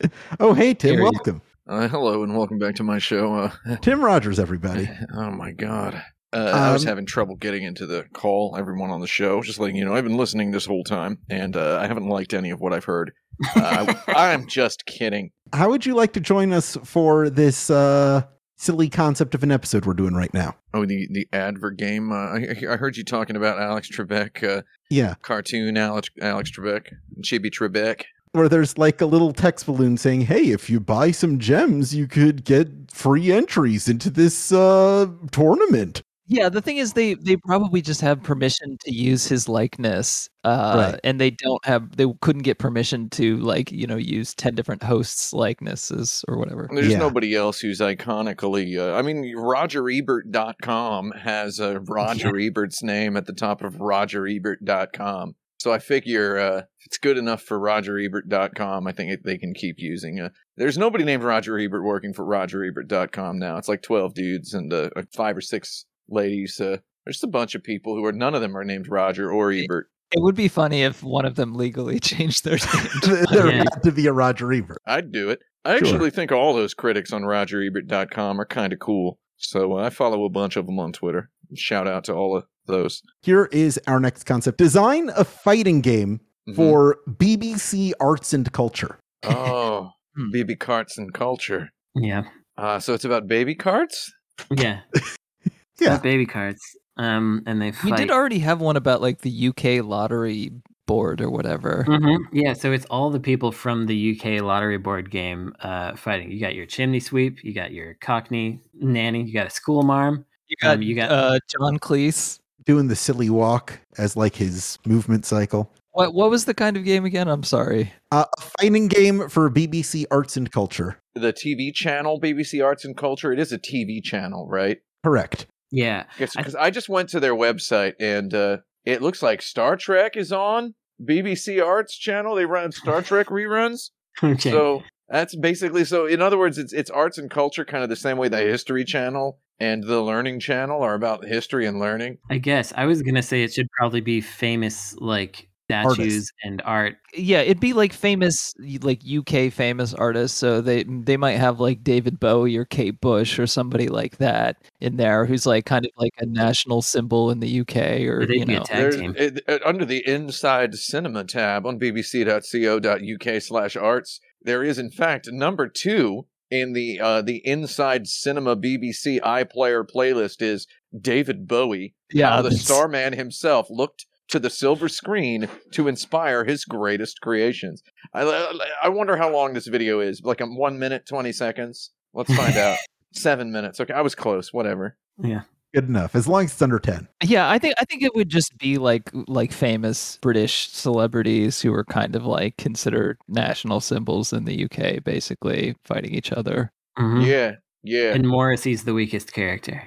Oh, hey, Tim.
There you go.
Welcome.
Uh, hello, and welcome back to my show. Uh,
Tim Rogers, everybody.
oh my god. Uh, I was
Um,
having trouble getting into the call. Everyone on the show, just letting you know, I've been listening this whole time, and uh, I haven't liked any of what I've heard. Uh, I, I'm just kidding.
How would you like to join us for this uh, silly concept of an episode we're doing right now?
Oh, the the advert game. Uh, I, I heard you talking about Alex Trebek, uh,
Yeah,
cartoon Alex Alex Trebek, Chibi Trebek.
where there's like a little text balloon saying, "Hey, if you buy some gems, you could get free entries into this uh, tournament."
Yeah, the thing is, they they probably just have permission to use his likeness, uh,
Right.
and they don't have they couldn't get permission to like you know use ten different hosts' likenesses or whatever.
There's
Yeah.
nobody else who's iconically. Uh, I mean, RogerEbert.com has uh, Roger Ebert's name at the top of RogerEbert.com. So I figure uh, if it's good enough for RogerEbert.com, I think it, they can keep using. Uh, there's nobody named Roger Ebert working for RogerEbert.com now. It's like 12 dudes and uh, like five or six ladies. Uh, there's a bunch of people who are none of them are named Roger or Ebert.
It would be funny if one of them legally changed their name. to
there
Yeah.
had to be a Roger Ebert.
I'd do it. I
Sure.
actually think all those critics on RogerEbert.com are kind of cool. So uh, I follow a bunch of them on Twitter. Shout out to all of those.
Here is our next concept: design a fighting game
Mm-hmm.
Mhm.
for BBC Arts and Culture.
oh,
Hmm.
baby carts and culture.
yeah,
Uh, so it's about baby carts.
yeah,
Yeah.
They're baby cards. Um, and they fight.
we did already have one about like the UK lottery board or whatever.
Mhm. Yeah, so it's all the people from the UK lottery board game uh, fighting. You got your chimney sweep, you got your cockney nanny, you got a school marm.
You got
Um, you got-
uh, John Cleese.
doing the silly walk as like his movement cycle.
What what was the kind of game again? I'm sorry.
Uh, a fighting game for BBC Arts and Culture.
The TV channel, BBC Arts and Culture. It is a TV channel, right?
Correct.
Yeah. I-
Because I, just went to their website and uh, it looks like Star Trek is on BBC Arts channel. They run Star Trek reruns.
Okay.
So that's basically so. In other words, it's it's arts and culture, kind of the same way the History Channel and the Learning Channel are about history and learning.
I guess I was gonna say it should probably be famous like statues
Artists.
and art.
Yeah, it'd be like famous like UK famous artists, so they they might have like David Bowie or Kate Bush or somebody like that in there who's like kind of like a national symbol in the UK or
they'd
you
be a
know.
tag
There's-
team.
it- it- under the Inside Cinema tab on bbc.co.uk/arts, there is in fact number two in the uh, the Inside Cinema BBC iPlayer playlist is David Bowie.
yeah,
how the
that's-
Starman himself looked to the silver screen to inspire his greatest creations. I, I wonder how long this video is. Like um, one minute, 20 seconds? Let's find out. Seven minutes. Okay, I was close. Whatever.
Good enough. As long as it's under 10.
Yeah, I think I think it would just be like like famous British celebrities who were kind of like considered national symbols in the UK, basically fighting each other.
Mm-hmm.
Mhm.
Yeah, yeah.
And Morrissey's the weakest character.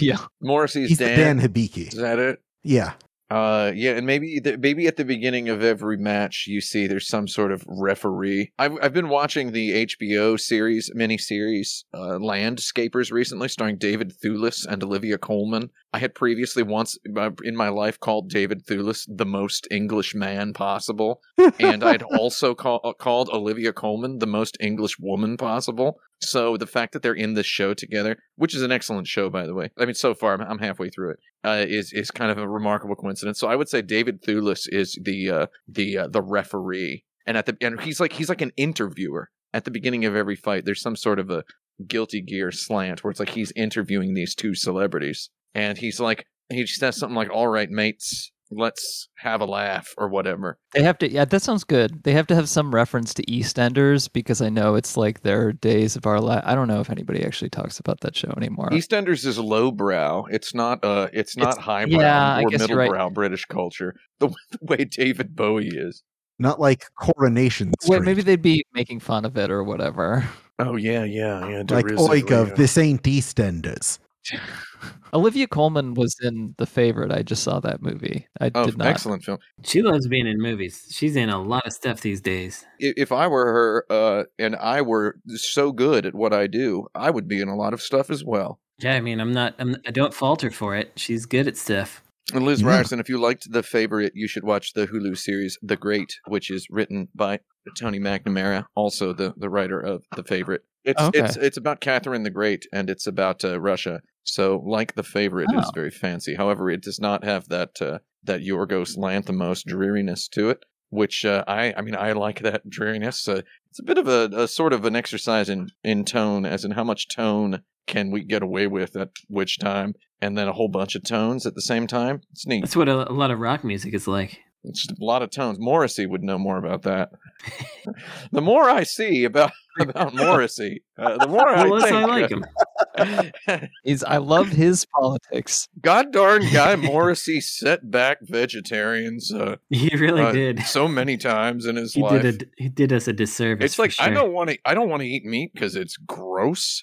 yeah,
Morrissey's
He's the
Dan.
Dan
Is
Hibiki.
that it?
Yeah.
Uh, yeah, and maybe the, maybe at the beginning of every match, you see there's some sort of referee. I've I've been watching the HBO series miniseries uh, Landscapers recently, starring David Thewlis and Olivia Coleman. I had previously once uh, in my life called David Thewlis the most English man possible, and I'd also call, uh, called Olivia Coleman the most English woman possible. So the fact that they're in this show together, which is an excellent show, by the way. I mean, so far I'm, I'm halfway through it uh, is is kind of a remarkable coincidence. So I would say David Thewlis is the uh, the uh, the referee, and at the and he's like he's like an interviewer at the beginning of every fight. There's some sort of a Guilty Gear slant where it's like he's interviewing these two celebrities, and he's like he says something like, "All right, mates." Let's have a laugh or whatever.
they have to. Yeah, that sounds good. They have to have some reference to EastEnders because I know it's like their days of our life. I don't know if anybody actually talks about that show anymore.
EastEnders is lowbrow. It's not uh, it's not
It's-
highbrow
yeah, I
or
guess you're right.
middlebrow British culture. The, the way David Bowie is.
Not like Coronation Street.
Wait, maybe they'd be making fun of it or whatever.
Oh yeah, yeah, yeah.
like
derisively,
oik of
yeah.
this ain't EastEnders.
Olivia Coleman was in The Favorite. I just saw that movie. I
Oh,
did not.
excellent film.
She loves being in movies. She's in a lot of stuff these days.
i- if I were her uh, and I were so good at what I do, I would be in a lot of stuff as well.
Yeah, I mean, I'm not. I'm, I don't falter for it. She's good at stuff.
And Liz
Yeah.
Ryerson, if you liked The Favorite, you should watch the Hulu series The Great, which is written by Tony McNamara, also the, the writer of The Favorite. It's
Okay.
it's it's about Catherine the Great and it's about uh, Russia. So, like The Favorite,
Oh.
it's very fancy. However, it does not have that uh, that Yorgos Lanthimos dreariness to it, which uh, I I mean I like that dreariness. Uh, it's a bit of a, a sort of an exercise in in tone, as in how much tone can we get away with at which time, and then a whole bunch of tones at the same time. It's neat.
That's what a, a lot of rock music is like.
It's just a lot of tones. Morrissey would know more about that. the more I see about about Morrissey, uh, the more I
Well, less I
think,
like him.
Is I love his politics.
God darn guy Morrissey set back vegetarians uh,
He really
uh,
did.
so many times in his
He
life.
did. A, he did us a disservice.
It's like
for
I
sure.
don't want to. I don't want to eat meat because it's gross.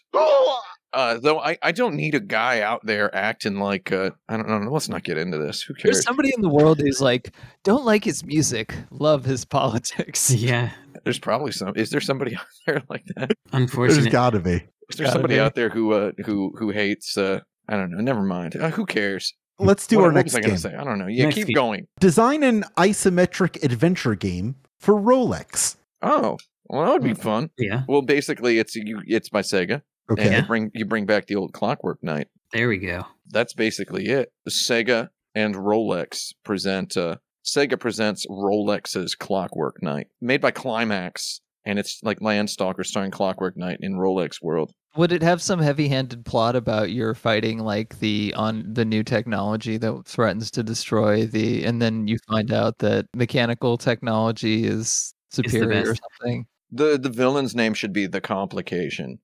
Uh, though I, I don't need a guy out there acting like uh, I don't know. Let's not get into this. Who cares?
There's somebody in the world who's like, don't like his music, love his politics.
Yeah,
There's probably some. Is there somebody out there like that?
There's
unfortunate.
gotta be.
Is there
Gotta
somebody
be.
out there who uh, who who hates? Uh, I don't know. Never mind. Uh, who cares?
Let's do
what,
our
what
next
was I gonna
game.
say? I don't know. Yeah,
Next
keep
game.
going.
Design an isometric adventure game for Rolex.
Oh, well, that would
Mm.
be fun.
yeah,
Well, basically, it's you. It's by Sega,
Okay.
and you bring you bring back the old Clockwork Night.
there we go.
that's basically it. Sega and Rolex present uh Sega presents Rolex's Clockwork Night, made by Climax, and it's like Landstalker starring Clockwork Night in Rolex World.
Would it have some heavy-handed plot about your fighting like the on the new technology that threatens to destroy the and then you find out that mechanical technology is
the
superior or
best.
something?
The the villain's name should be The Complication.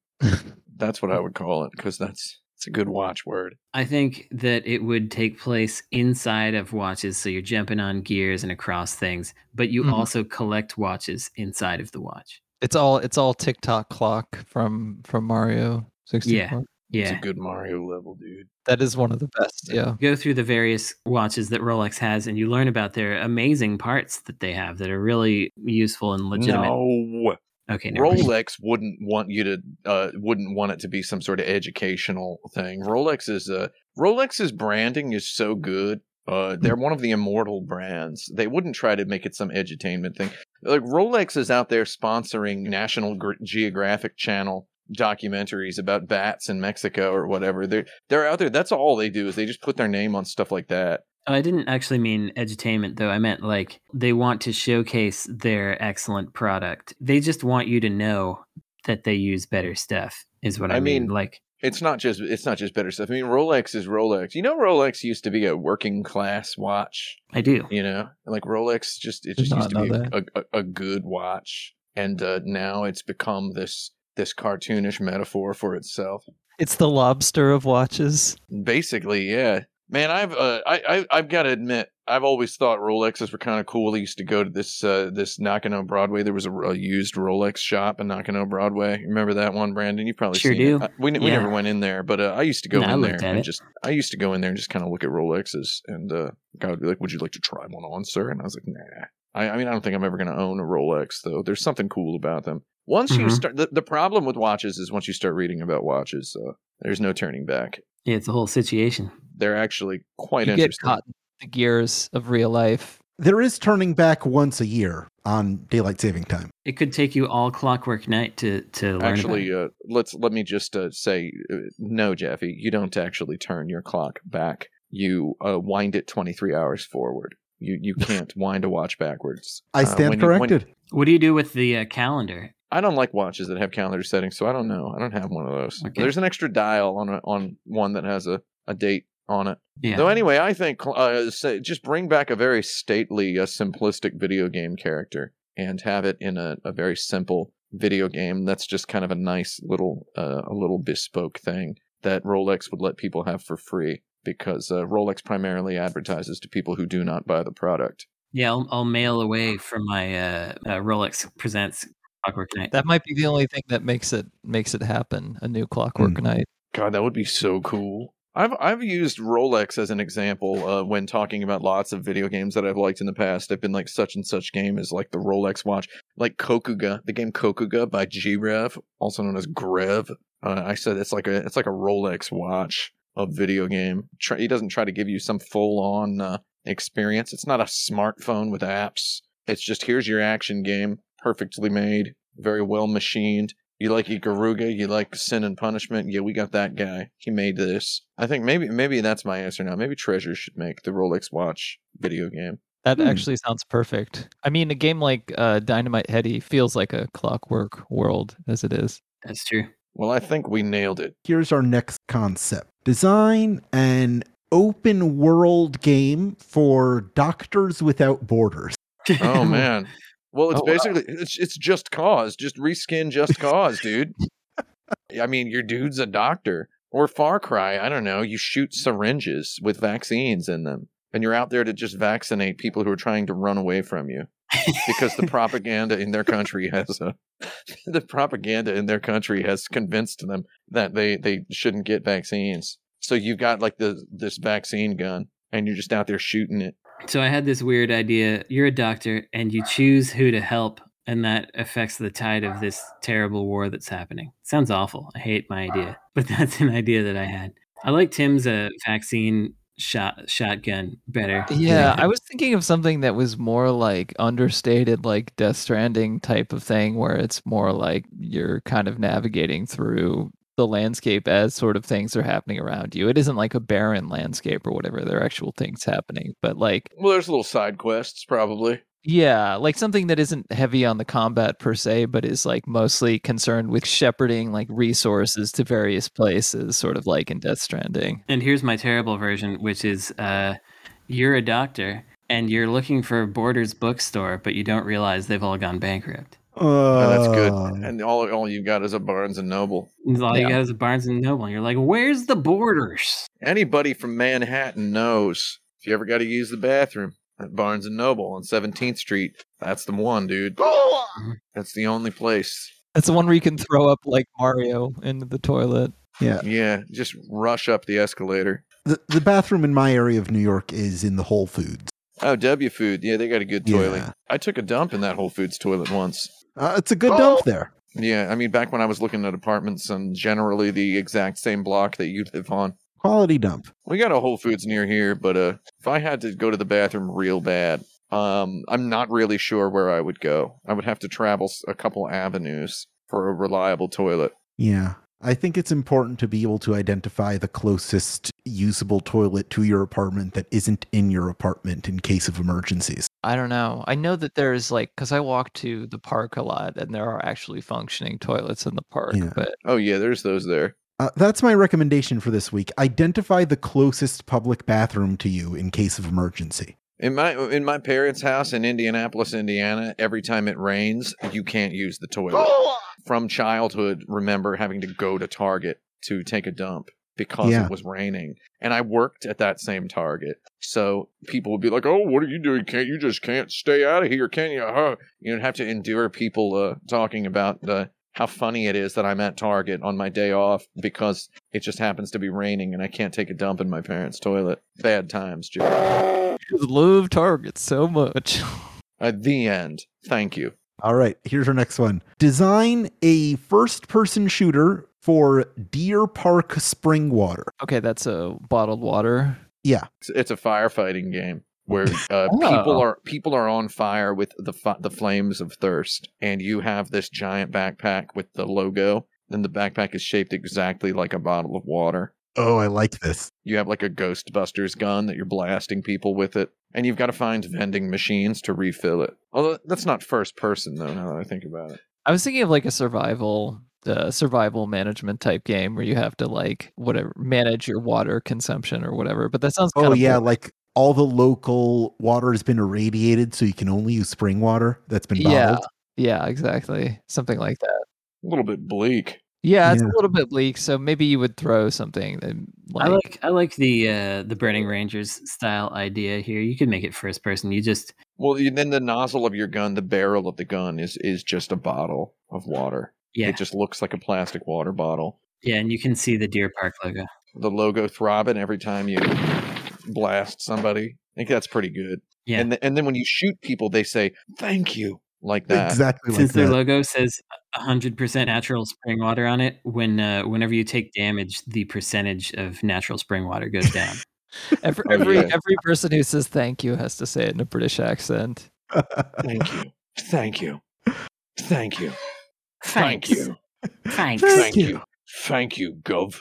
that's what I would call it because that's It's a good watchword.
I think that it would take place inside of watches, so you're jumping on gears and across things, but you
Mm-hmm.
Mhm.
also collect watches inside of the watch.
It's all it's all TikTok clock from from Mario 64.
Yeah.
It's a good Mario level, dude.
That is one of the best. Yeah.
go through the various watches that Rolex has and you learn about their amazing parts that they have that are really useful and legitimate.
No,
Okay, never mind.
Rolex wouldn't want you to uh, wouldn't want it to be some sort of educational thing. Rolex is uh, Rolex's branding is so good. Uh, they're one of the immortal brands. They wouldn't try to make it some edutainment thing. Like Rolex is out there sponsoring National Gr- Geographic Channel documentaries about bats in Mexico or whatever. They're they're out there. That's all they do is they just put their name on stuff like that.
I didn't actually mean edutainment though. I meant like they want to showcase their excellent product. They just want you to know that they use better stuff is what I,
I
mean.
mean-
Like
it's not just it's not just better stuff. I mean, Rolex is Rolex. You know, Rolex used to be a working class watch.
I do.
You know, like Rolex just it
Did
just used
not
to be
know
a, a, a good watch, and uh, now it's become this this cartoonish metaphor for itself.
It's the lobster of watches.
Basically, yeah, man. I've uh, I, I I've got to admit, I've always thought Rolexes were kind of cool. They used to go to this uh, this Nakano Broadway. There was a, a used Rolex shop in Nakano Broadway. Remember that one, Brandon? You probably
Sure
seen it.
do.
I- we we
Yeah.
never went in there, but uh, I used to go
No, I
in there
looked at
and
it.
just I used to go in there and just kind of look at Rolexes, and uh, God would be like, "Would you like to try one on, sir?" And I was like, "Nah." I, I mean, I don't think I'm ever going to own a Rolex, though. There's something cool about them. Once you
Mhm.
start, the, the problem with watches is once you start reading about watches, uh, there's no turning back.
Yeah, it's a whole situation.
They're actually quite
you get
interesting.
caught in the gears of real life.
There is turning back once a year on daylight saving time.
It could take you all clockwork night to to learn
Actually,
about
uh, let's let me just uh, say, uh, no, Jeffy, you don't actually turn your clock back. You uh, wind it 23 hours forward. You you can't wind a watch backwards.
I
Uh,
stand
when you- when-
corrected.
it. What do you do with the uh, calendar?
I don't like watches that have calendar settings, so I don't know. I don't have one of those.
Okay.
There's an extra dial on a, on one that has a, a date on it.
Yeah.
Though anyway, I think uh, say, just bring back a very stately, uh, simplistic video game character and have it in a, a very simple video game. That's just kind of a nice little uh, a little bespoke thing that Rolex would let people have for free because uh, Rolex primarily advertises to people who do not buy the product.
yeah, I'll, I'll mail away from my uh, uh, Rolex Presents Clockwork Night.
That might be the only thing that makes it makes it happen. A new clockwork night.
God, that would be so cool. I've I've used Rolex as an example uh, when talking about lots of video games that I've liked in the past. I've been like such and such game is like the Rolex watch, like Kokuga, the game Kokuga by G-Rev, also known as Grev. Uh, I said it's like a it's like a Rolex watch of video game. Try, he doesn't try to give you some full on uh, experience. It's not a smartphone with apps. It's just here's your action game, perfectly made, very well machined. You like Ikaruga, you like Sin and Punishment. Yeah, we got that guy. He made this. I think maybe maybe that's my answer now. Maybe Treasure should make the Rolex Watch video game.
That
Hmm.
actually sounds perfect. I mean, a game like uh, Dynamite Heady feels like a clockwork world as it is.
That's true.
Well, I think we nailed it.
Here's our next concept design an open world game for Doctors Without Borders.
Oh man. Well, it's
Oh, wow.
basically it's it's just cause. Just reskin just cause, dude. I mean, your dude's a doctor or Far Cry. I don't know. You shoot syringes with vaccines in them, and you're out there to just vaccinate people who are trying to run away from you. because the propaganda in their country has uh the propaganda in their country has convinced them that they they shouldn't get vaccines. So you've got like the this vaccine gun, and you're just out there shooting it.
So I had this weird idea. You're a doctor and you choose who to help, and that affects the tide of this terrible war that's happening. Sounds awful. I hate my idea, but that's an idea that I had. I like Tim's uh, vaccine shot shotgun better.
Yeah, I was thinking of something that was more like understated, like Death Stranding type of thing, where it's more like you're kind of navigating through the landscape as sort of things are happening around you. It isn't like a barren landscape or whatever. There are actual things happening, but like
Well, there's little side quests probably.
yeah, like something that isn't heavy on the combat per se, but is like mostly concerned with shepherding like resources to various places, sort of like in Death Stranding.
And here's my terrible version, which is uh, you're a doctor and you're looking for a Borders bookstore, but you don't realize they've all gone bankrupt.
Oh, that's good.
Uh,
And all all you got is a Barnes and Noble.
All you
Yeah.
got is a Barnes and Noble. You're like, where's the borders?
Anybody from Manhattan knows if you ever got to use the bathroom at Barnes and Noble on 17th Street, that's the one, dude. That's the only place.
That's the one where you can throw up like Mario into the toilet.
Yeah, just rush up the escalator.
The, the bathroom in my area of New York is in the Whole Foods.
Oh, W Food. Yeah, they got a good toilet.
Yeah.
I took a dump in that Whole Foods toilet once.
Uh, it's a good
Oh.
dump there.
Yeah, I mean, back when I was looking at apartments on generally the exact same block that you live on.
Quality dump.
We got a Whole Foods near here, but uh, if I had to go to the bathroom real bad, um, I'm not really sure where I would go. I would have to travel s- a couple avenues for a reliable toilet.
Yeah. I think it's important to be able to identify the closest usable toilet to your apartment that isn't in your apartment in case of emergencies.
I don't know. I know that there's like because I walk to the park a lot, and there are actually functioning toilets in the park.
Yeah.
But
Oh yeah, there's those there.
Uh, that's my recommendation for this week. Identify the closest public bathroom to you in case of emergency.
In my in my parents' house in Indianapolis, Indiana, every time it rains, you can't use the toilet. From childhood, remember having to go to Target to take a dump because
Yeah.
it was raining. And I worked at that same Target. So people would be like, "Oh, what are you doing? Can't you just can't stay out of here, can you?" Huh? You'd have to endure people uh, talking about uh, how funny it is that I'm at Target on my day off because it just happens to be raining and I can't take a dump in my parents' toilet. Bad times, Joe.
love Target so much.
Uh, the end. Thank you.
All right, here's our next one. Design a first person shooter for Deer Park Spring Water.
okay, that's a bottled water.
It's, it's a firefighting game where uh,
Oh.
people are people are on fire with the fi- the flames of thirst, and you have this giant backpack with the logo, and the backpack is shaped exactly like a bottle of water.
Oh, I like this.
You have like a Ghostbusters gun that you're blasting people with it, and you've got to find vending machines to refill it. Although that's not first person though. Now that I think about it,
I was thinking of like a survival, uh, survival management type game where you have to like whatever manage your water consumption or whatever. But that sounds
Oh,
kinda
yeah,
boring.
like all the local water has been irradiated, so you can only use spring water that's been bottled.
yeah, yeah, exactly, something like that.
a little bit bleak.
Yeah, it's
Yeah.
a little bit bleak, so maybe you would throw something that like,
I like I like the uh, the Burning Rangers style idea here. You could make it first person. You just
Well, you- then the nozzle of your gun, the barrel of the gun, is is just a bottle of water.
yeah
It just looks like a plastic water bottle.
yeah, and you can see the Deer Park logo.
the logo throbbing every time you blast somebody. I think that's pretty good.
Yeah.
And, th- and then when you shoot people, they say, thank you, like that.
Exactly like
Since their
that.
logo says 100% natural spring water on it, when uh, whenever you take damage, the percentage of natural spring water goes down.
every
Oh,
every,
yeah.
every person who says thank you has to say it in a British accent.
Thank you. Thank you. Thank you. Thank
Thanks.
you.
Thanks.
Thank
you.
you. Thank you, Gov.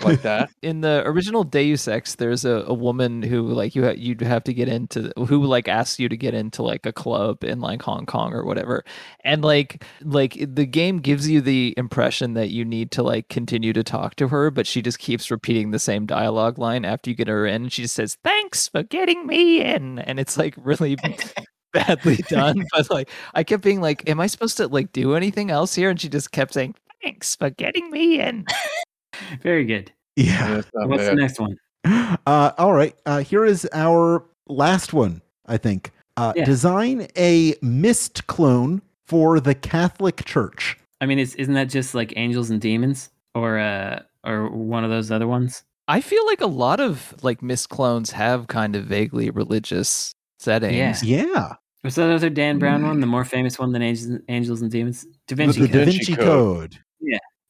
Like that.
in the original Deus Ex, there's a, a woman who like you ha- you'd have to get into who like asks you to get into like a club in like Hong Kong or whatever, and like like the game gives you the impression that you need to like continue to talk to her, but she just keeps repeating the same dialogue line after you get her in. She just says thanks for getting me in, and it's like really. badly done but like i kept being like am i supposed to like do anything else here and she just kept saying thanks for getting me in
Very good.
yeah.
Yeah, it's not
What's the
bad.
next one?
Uh, all right. Uh, here is our last one, I think. Uh,
Yeah.
Design a mist clone for the Catholic Church.
I mean, is, isn't that just like Angels and Demons or uh, or one of those other ones?
I feel like a lot of like Miss Clones have kind of vaguely religious settings.
Yeah.
Yeah.
Was that other Dan Brown one, the more famous one than Angels, Angels and Demons? Da
Mm.
Vinci
The, the
Code.
Da Vinci
Vinci Code.
Code.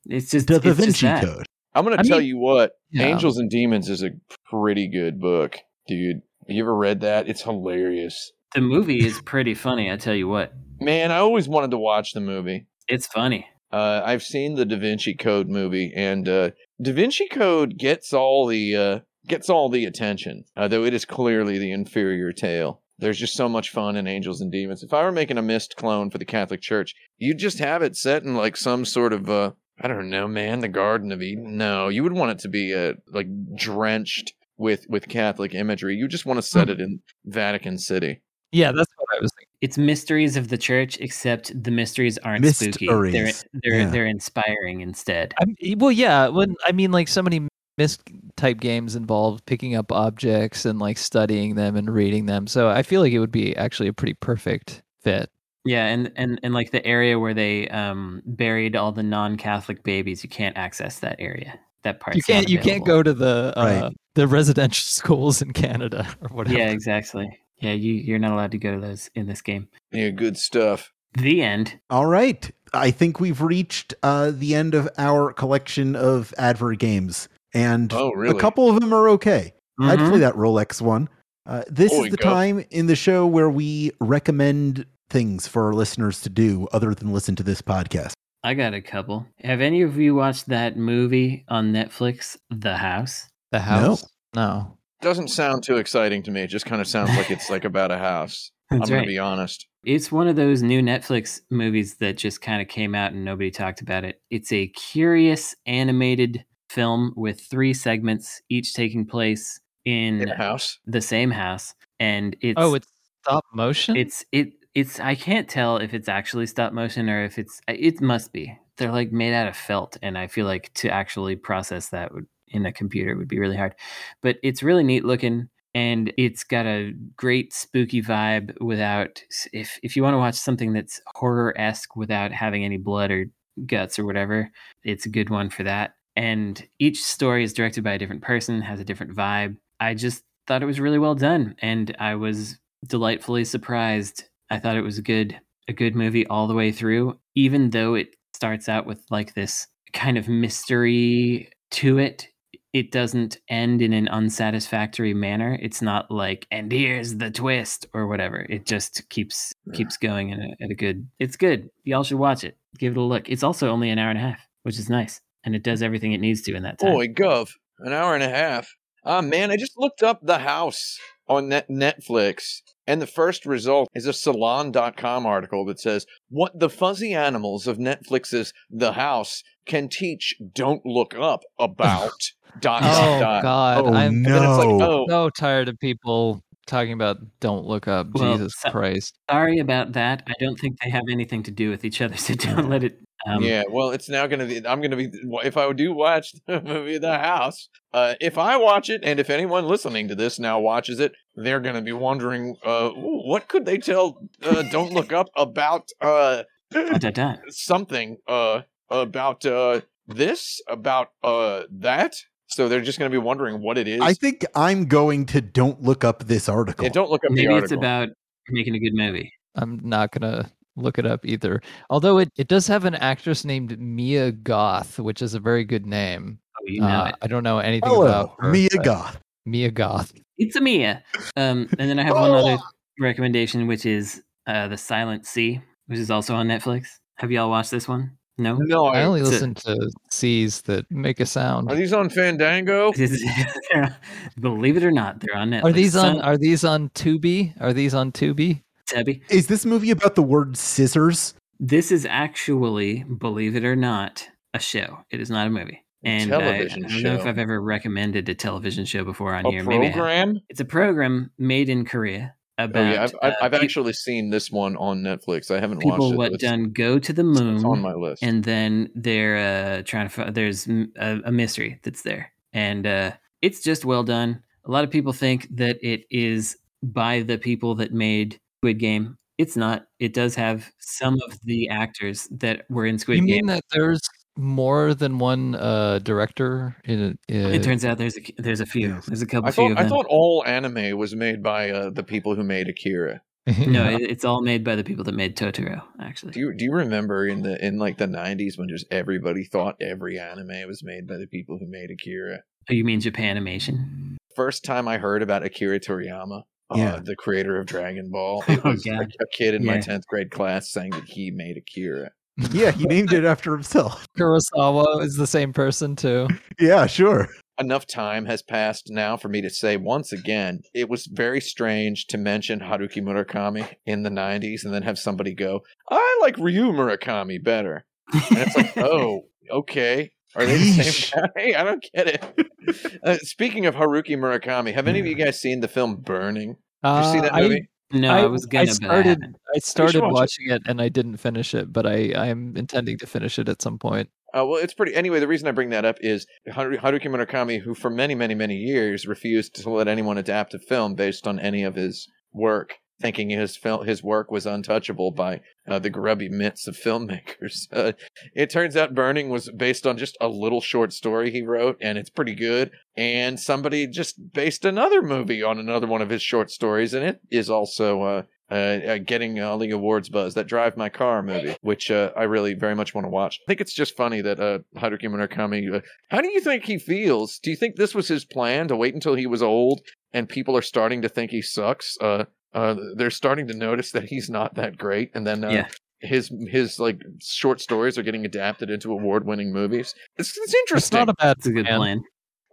It's just
The Da
it's just
Vinci
that.
Code.
I'm going
I
to tell
mean-
you what
Yeah.
Angels and Demons is a pretty good book, dude. You ever read that? It's hilarious.
The movie is pretty funny. I tell you what,
Man, I always wanted to watch the movie.
it's funny.
Uh, I've seen the Da Vinci Code movie, and uh, Da Vinci Code gets all the uh, gets all the attention, uh, though it is clearly the inferior tale. There's just so much fun in Angels and Demons. If I were making a missed clone for the Catholic Church, you'd just have it set in like some sort of uh, I don't know, man, the Garden of Eden. No, you would want it to be uh, like drenched
Hmm.
with with Catholic imagery. You just want to set it in Vatican City.
Yeah, that's what I was thinking.
it's mysteries of the church, except the mysteries aren't spooky. They're
Mysteries,
they're
yeah.
they're inspiring instead.
I'm, e, well, yeah. When I mean, like so many misc type games involve picking up objects and like studying them and reading them. So I feel like it would be actually a pretty perfect fit.
Yeah, and and and like the area where they um buried all the non-Catholic babies, you can't access that area. That part
you can't you can't go to the uh,
Right.
the residential schools in Canada or whatever.
Yeah, exactly. Yeah, you you're not allowed to go to those in this game.
Yeah, good stuff.
The end.
All right. I think we've reached uh, the end of our collection of advert games, and
Oh, really?
a couple of them are okay. I'd
Mhm.
play that Rolex one. Uh, this
Oh,
is
and
the
go.
time in the show where we recommend things for our listeners to do other than listen to this podcast.
I got a couple. Have any of you watched that movie on Netflix, The House?
The house. No.
Doesn't sound too exciting to me. It just kind of sounds like it's like about a house. I'm
That's
gonna
right.
be honest.
It's one of those new Netflix movies that just kind of came out and nobody talked about it. It's a curious animated film with three segments, each taking place in
In a house.
the same house, and it's
oh, it's stop motion.
it's it it's I can't tell if it's actually stop motion or if it's it must be. They're like made out of felt, and I feel like to actually process that would, in a computer would be really hard. But it's really neat looking, and it's got a great spooky vibe. Without if if you want to watch something that's horror esque without having any blood or guts or whatever, it's a good one for that. And each story is directed by a different person, has a different vibe. I just thought it was really well done, and I was delightfully surprised. I thought it was a good a good movie all the way through, even though it starts out with like this kind of mystery to it. It doesn't end in an unsatisfactory manner. It's not like and here's the twist or whatever. It just keeps
Yeah.
keeps going at a, at a good. It's good. Y'all should watch it. Give it a look. It's also only an hour and a half, which is nice, and it does everything it needs to in that time.
Boy, gov, an hour and a half. Ah, man, I just looked up the house on net- Netflix, and the first result is a salon.com article that says what the fuzzy animals of Netflix's The House can teach don't look up about dot
oh
dot dot.
God.
Oh,
I'm
And then it's like,
no.
oh,
so tired of people talking about don't look up.
Well,
Jesus
so-
Christ.
Sorry about that. I don't think they have anything to do with each other, so don't let it. Um,
Mm. yeah, well, it's now going to be. I'm going to be. If I do watch the movie The House, uh, if I watch it, and if anyone listening to this now watches it, they're going to be wondering uh, ooh, what could they tell? Uh, don't look up about uh,
dun, dun, dun.
something uh, about uh, this, about uh, that. So they're just going to be wondering what it is.
I think I'm going to don't look up this article.
Yeah, don't look up the
Maybe it's
article.
about making a good movie.
I'm not gonna look it up either. Although it, it does have an actress named Mia Goth, which is a very good name.
Oh, you know
Uh,
it.
I don't know anything
Hello,
about her,
Mia
but
Goth.
Mia Goth.
It's a Mia. Um, and then I have one other
Oh!
recommendation, which is uh, The Silent Sea, which is also on Netflix. Have y'all watched this one? No?
No,
I only
it's a-
listen to C's that make a sound.
are these on Fandango?
They're- Believe it or not, they're on Netflix.
Are these on?
uh
Son-
Are these on Tubi? Are these on Tubi?
Debbie?
Is this movie about the word scissors?
This is actually, believe it or not, a show. It is not a movie.
A
And I, I
television
don't know if
show.
I've ever recommended a television show before on
A
here. Maybe I have.
program?
it's a program made in Korea
Oh,
about
yeah, I've, I've,
uh,
I've
pe-
actually seen this one on Netflix. I haven't watched
people
it.
what
but it's-
done go to the
It's
moon
on my list.
Mm-hmm. and then they're uh, trying to find there's mm, a, a mystery that's there and uh, it's just well done a lot of people think that it is by the people that made squid game it's not it does have some of the actors that were in squid
you mean
game
that there's more than one uh, director in it?
it turns out there's a there's a few
Yeah.
there's a couple
I
few
thought
of
I
them
thought all anime was made by uh, the people who made Akira.
no it, it's all made by the people that made totoro actually
Do you do you remember in the in like the nineties when just everybody thought every anime was made by the people who made Akira?
oh, you mean japanimation
First time I heard about Akira Toriyama, uh,
Yeah.
the creator of Dragon Ball,
Oh,
it was a,
God.
a kid in my
Yeah.
tenth grade class saying that he made Akira.
Yeah, he named it after himself.
Kurosawa is the same person too.
Yeah, sure.
enough time has passed now for me to say once again it was very strange to mention Haruki Murakami in the 90s and then have somebody go, I like Ryu Murakami better. And it's like, oh, okay. Are they the same guy? I don't get it. Uh, speaking of Haruki Murakami, have any of you guys seen the film Burning? Did you
Hmm.
see
Uh,
that
I
movie?
No, I, was gonna.
I
but
started.
haven't.
I started
watch it.
watching it. and I didn't finish it, but I I'm intending to finish it at some point.
Uh, well, it's pretty. Anyway, the reason I bring that up is Haru- Haruki Murakami, who for many, many, many years refused to let anyone adapt a film based on any of his work, thinking his film, his work was untouchable by uh, the grubby mitts of filmmakers. Uh, it turns out Burning was based on just a little short story he wrote, and it's pretty good. And somebody just based another movie on another one of his short stories, and it is also. Uh, uh, uh, getting all the awards buzz, that Drive My Car movie, which uh, I really very much want to watch. I think it's just funny that uh, Haruki Murakami, uh, how do you think he feels? Do you think this was his plan to wait until he was old and people are starting to think he sucks? Uh, uh, they're starting to notice that he's not that great, and then uh,
Yeah.
his his like short stories are getting adapted into award winning movies. It's, it's
It's
interesting,
not a bad.
That's a good
plan.
plan.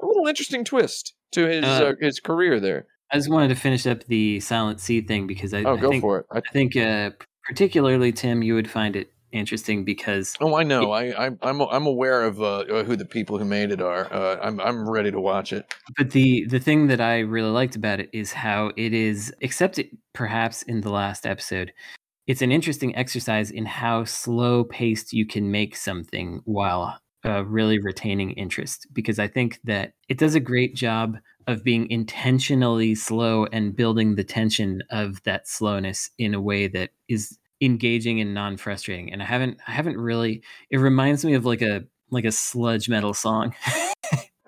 a little interesting twist to his uh,
Uh,
his career there.
I just wanted to finish up the Silent Sea thing because I,
Oh,
I
go
think
for it! I,
I think uh, particularly Tim, you would find it interesting because
Oh, I know. I, I I'm I'm aware of uh, who the people who made it are. Uh, I'm I'm ready to watch it.
but the the thing that I really liked about it is how it is except it, perhaps in the last episode it's an interesting exercise in how slow paced you can make something while uh, really retaining interest because I think that it does a great job of being intentionally slow and building the tension of that slowness in a way that is engaging and non frustrating and I haven't I haven't really it reminds me of like a like a sludge metal song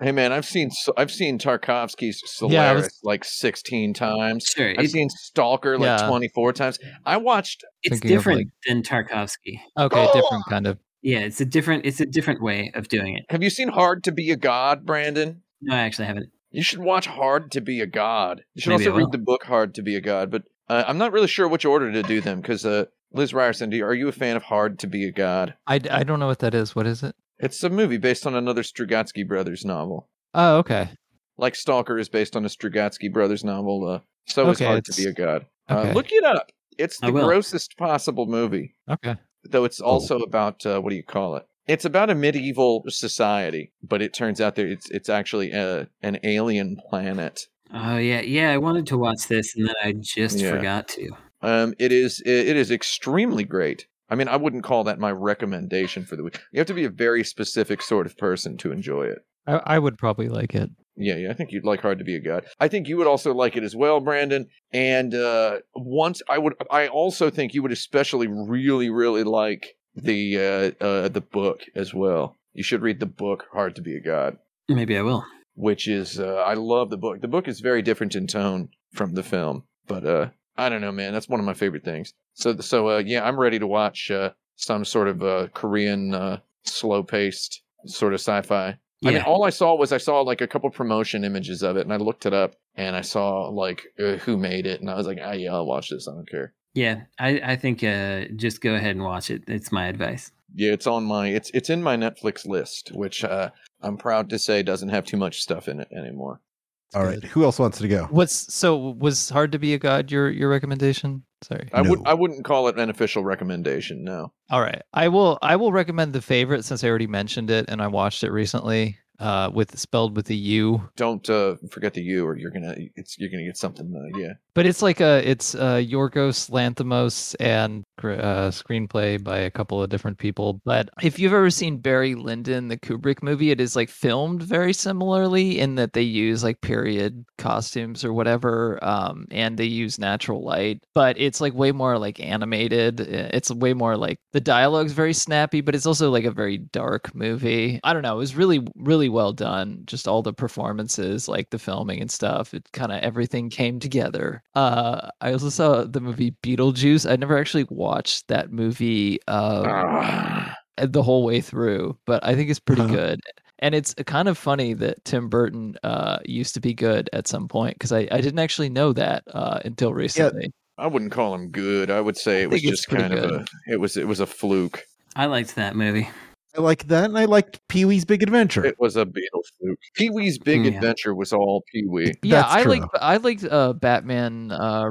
Hey man, I've seen so- I've seen Tarkovsky's Solaris
Yeah, I was-
like 16 times.
sure
I've
it-
seen Stalker like
Yeah.
24 times. I watched
it's
thinking of,
different
like-
than Tarkovsky.
Okay, different kind of.
Yeah, it's a different it's a different way of doing it.
Have you seen Hard to Be a God, Brandon?
No, I actually haven't.
You should watch Hard to Be a God. You should
Maybe I
also read
will.
the book Hard to Be a God, but uh, I'm not really sure which order to do them cuz uh Liz Ryerson, do you, are you a fan of Hard to Be a God?
I, d- I don't know what that is. What is it?
It's a movie based on another Strugatsky brothers novel.
Oh, okay.
Like Stalker is based on a Strugatsky brothers novel, uh, so is
Okay,
Hard to
it's-
Be a God.
Okay.
Uh, look it up. It's
I
the
will.
grossest possible movie.
okay.
though it's also about uh, what do you call it? It's about a medieval society, but it turns out that it's it's actually uh an alien planet.
Oh yeah, yeah, I wanted to watch this and then I just
Yeah.
forgot to.
Um, it is it, it is extremely great. I mean, I wouldn't call that my recommendation for the week. You have to be a very specific sort of person to enjoy it.
I, I would probably like it.
Yeah, yeah, I think you'd like Hard to Be a God. I think you would also like it as well, Brandon. And uh, once I would, I also think you would especially really, really like the uh, uh, the book as well. You should read the book Hard to Be a God,
Maybe I will.
which is uh, I love the book. The book is very different in tone from the film, but uh, I don't know, man. That's one of my favorite things. So, so uh, yeah, I'm ready to watch uh, some sort of uh, Korean uh, slow paced sort of sci-fi.
Yeah.
I mean, all I saw was I saw like a couple promotion images of it, and I looked it up, and I saw like uh, who made it, and I was like, ah, yeah, I'll watch this. I don't care.
yeah, I I think uh just go ahead and watch it. It's my advice.
Yeah, it's on my it's it's in my Netflix list, which uh, I'm proud to say doesn't have too much stuff in it anymore.
It's
All right,
good.
who else wants to go?
What's so was hard to be a god your your recommendation? Sorry.
I would
No.
I wouldn't call it an official recommendation. No,
All right. I will I will recommend the favorite since I already mentioned it and I watched it recently. Uh, with spelled with a U,
don't uh, forget the U, or you're gonna it's you're gonna get something. Uh, yeah,
but it's like a it's uh Yorgos Lanthimos and gr- uh, screenplay by a couple of different people. But if you've ever seen Barry Lyndon, the Kubrick movie, it is like filmed very similarly in that they use like period costumes or whatever, um, and they use natural light. But it's like way more like animated. uh, It's way more like the dialogue's very snappy, but it's also like a very dark movie. I don't know. It was really really well done. Just all the performances, like the filming and stuff. It kind of everything came together. Uh, I also saw the movie Beetlejuice. I never actually watched that movie. Uh,
Ah.
the whole way through, but I think it's pretty
Uh-huh.
good. And it's eh, kind of funny that Tim Burton uh, used to be good at some point because I, I didn't actually know that uh, until recently.
I wouldn't call him good. I would say it was
think it's
just
pretty
kind of a
good.
it was it was a fluke.
I liked that movie.
I liked that, and I liked Pee Wee's Big Adventure.
It was a Beatles fluke. Pee Wee's Big
Mm,
Yeah.
Adventure was all Pee Wee.
Yeah,
That's
I
true.
like I liked uh, Batman uh,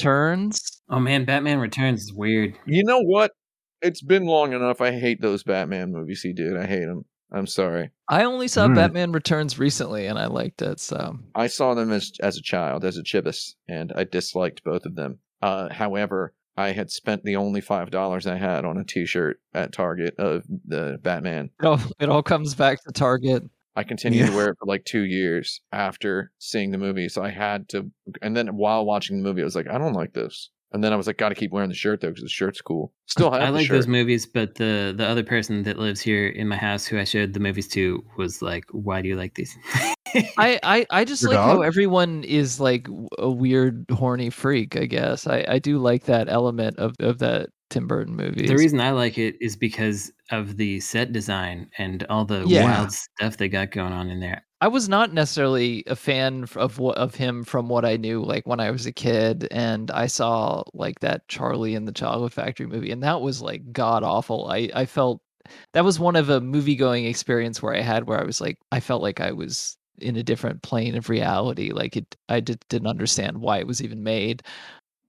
Returns.
Oh man, Batman Returns is weird.
You know what? It's been long enough. I hate those Batman movies he did. I hate them. I'm sorry.
I only saw
Mm.
Batman Returns recently, and I liked it. So
I saw them as as a child, as a chibis, and I disliked both of them. Uh, however, I had spent the only five dollars I had on a T-shirt at Target of the Batman.
It all, it all comes back to Target.
I continued
Yeah.
to wear it for like two years after seeing the movie. So I had to, and then while watching the movie, I was like, I don't like this. And then I was like, got to keep wearing the shirt though, because the shirt's cool. Still have
I
the
like
shirt.
those movies, but the the other person that lives here in my house who I showed the movies to was like, "Why do you like these?"
I, I, I just
Your
like how
dog?
everyone is like w- a weird horny freak. I guess I, I do like that element of, of that Tim Burton movie.
the reason I like it is because of the set design and all the
Yeah.
wild stuff they got going on in there.
I was not necessarily a fan f- of what of him from what I knew, like when I was a kid, and I saw like that Charlie and the Chocolate Factory movie, and that was like god awful. I I felt that was one of a movie going experience where I had where I was like I felt like I was in a different plane of reality. Like it, I did, didn't understand why it was even made.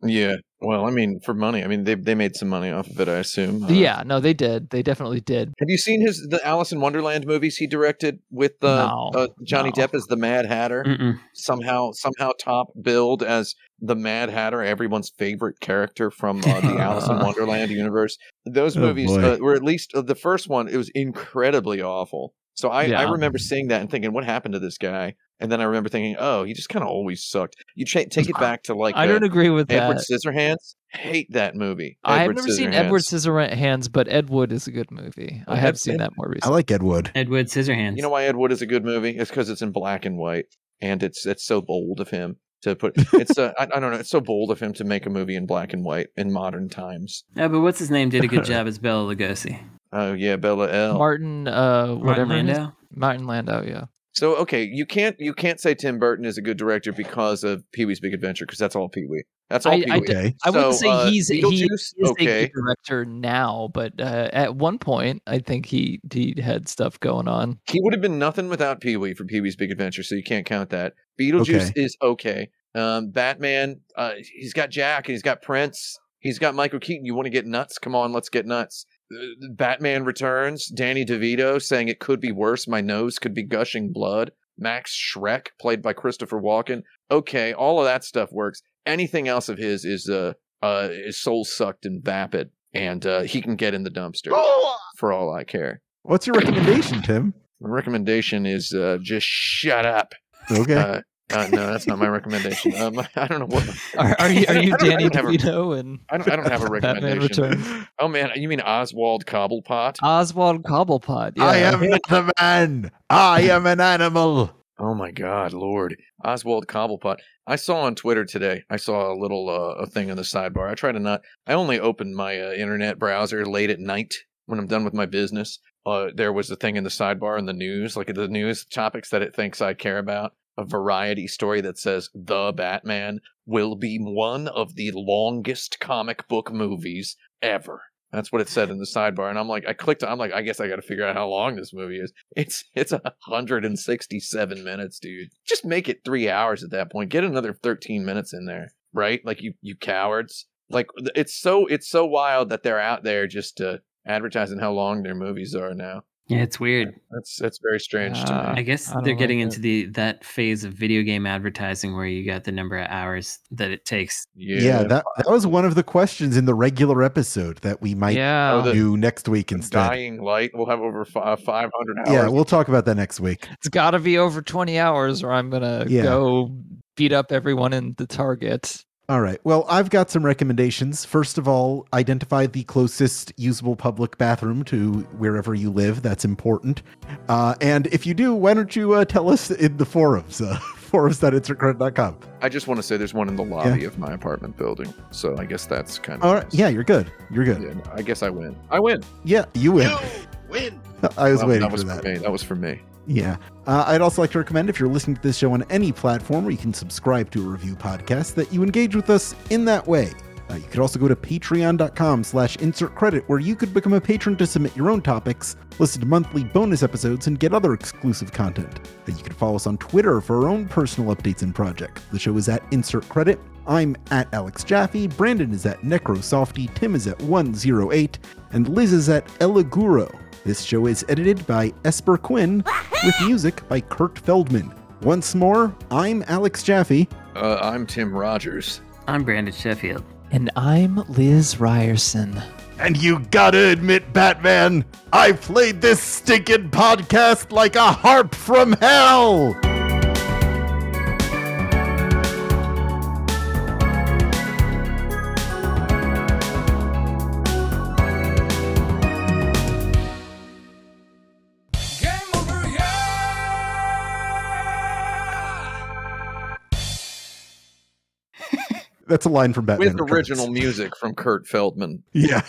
Yeah. Well, I mean, for money. I mean, they they made some money off of it, I assume. Uh,
yeah, no, they did. They definitely did.
Have you seen his the Alice in Wonderland movies he directed with uh,
No,
uh, Johnny
no.
Depp as the Mad Hatter?
Mm-mm.
Somehow, somehow top billed as the Mad Hatter, everyone's favorite character from uh, the Alice in Wonderland universe. Those
Oh,
movies
boy.
uh, were at least uh, the first one. It was incredibly awful. So I, I
Yeah.
remember seeing that and thinking, what happened to this guy? And then I remember thinking, oh, he just kind of always sucked. You cha- take it back to like
I
the
don't agree with that.
Edward Scissorhands. Hate that movie.
I've
Edward
never seen
Scissorhands.
Edward Scissorhands, but Ed Wood is a good movie. I
Ed-
have seen
Ed-
that more
I
recently.
like Ed Wood.
Ed Wood Scissorhands.
You know why Ed Wood is a good movie? It's because it's in black and white, and it's it's so bold of him to put. It's uh, I, I don't know. It's so bold of him to make a movie in black and white in modern times.
Yeah, Oh, but what's his name did a good job as Bela Lugosi.
Oh yeah, Bella L.
Martin, uh,
Martin
whatever his
Landau.
Martin Landau, yeah.
so okay, you can't you can't say Tim Burton is a good director because of Pee Wee's Big Adventure because that's all Pee Wee. That's all
I-
Pee
I
Wee.
d-
Okay.
I wouldn't
So,
say
uh,
he's he
Beetlejuice?
is a
Okay.
good director now, but uh, at one point, I think he he had stuff going on.
He would have been nothing without Pee Wee for Pee Wee's Big Adventure, so you can't count that. Beetlejuice is okay. Um, Batman, uh, he's got Jack and he's got Prince. He's got Michael Keaton. You want to get nuts? Come on, let's get nuts. Uh, Batman Returns, Danny DeVito saying it could be worse. My nose could be gushing blood. Max Shrek, played by Christopher Walken. Okay, all of that stuff works. Anything else of his is uh, uh, is soul sucked and vapid, and uh, he can get in the dumpster
Oh!
for all I care.
What's your recommendation, Tim?
My recommendation is uh, just shut up.
Okay.
Uh, uh, no, that's not my recommendation. Um, I don't know what.
Are, are you,
I
are
don't-
you
I don't- I
Danny
don't have a-
DeVito and
I don't, I don't have a
Batman
recommendation.
Returns?
Oh man, you mean Oswald Cobblepot?
Oswald Cobblepot. Yeah.
I am not a man. I am an animal.
Oh my God, Lord, Oswald Cobblepot. I saw on Twitter today. I saw a little uh, a thing on the sidebar. I try to not. I only open my uh, internet browser late at night when I'm done with my business. Uh, there was a thing in the sidebar in the news, like the news topics that it thinks I care about. A variety story that says the Batman will be one of the longest comic book movies ever. That's what it said in the sidebar, and I'm like, I clicked. I'm like, I guess I got to figure out how long this movie is. It's it's 167 minutes, dude. Just make it three hours at that point. Get another 13 minutes in there, right? Like you you cowards. Like th- it's so it's so wild that they're out there just uh, advertising how long their movies are now.
Yeah, it's weird.
That's that's very strange to
Ah.
I
me.
guess
I don't
they're
like
getting
it.
into the that phase of video game advertising where you got the number of hours that it takes.
Yeah, that, that was one of the questions in the regular episode that we might
yeah.
Oh, the-
do next week instead.
Dying Light will have over fi- 500 hours.
Yeah, we'll talk about that next week.
it's got to be over 20 hours or I'm going to
Yeah.
go beat up everyone in the Target.
All right. Well, I've got some recommendations. First of all, identify the closest usable public bathroom to wherever you live. That's important. Uh, and if you do, why don't you uh, tell us in the forums, uh, forums.insertcredit.com.
I just want to say there's one in the lobby of my apartment building. So I guess that's kind of
All right.
nice.
Yeah, you're good. You're good.
Yeah, no, I guess I win. I win.
Yeah, you win.
win.
I was
Well,
waiting
that was
for that.
me. That was for me.
Yeah. Uh, I'd also like to recommend if you're listening to this show on any platform where you can subscribe to a review podcast that you engage with us in that way. Uh, you could also go to patreon.com slash insert credit where you could become a patron to submit your own topics, listen to monthly bonus episodes, and get other exclusive content. Uh, you can follow us on Twitter for our own personal updates and projects. The show is at insert credit. I'm at Alex Jaffe, Brandon is at Necrosofty, Tim is at 108, and Liz is at Eliguro. This show is edited by Esper Quinn with music by Kurt Feldman. Once more, I'm Alex Jaffe.
Uh, I'm Tim Rogers.
I'm Brandon Sheffield.
And I'm Liz Ryerson.
And you gotta admit, Batman, I played this stinking podcast like a harp from hell!
Game over, yeah!
That's a line from Batman.
with
Returns.
original music from Kurt Feldman.
Yeah.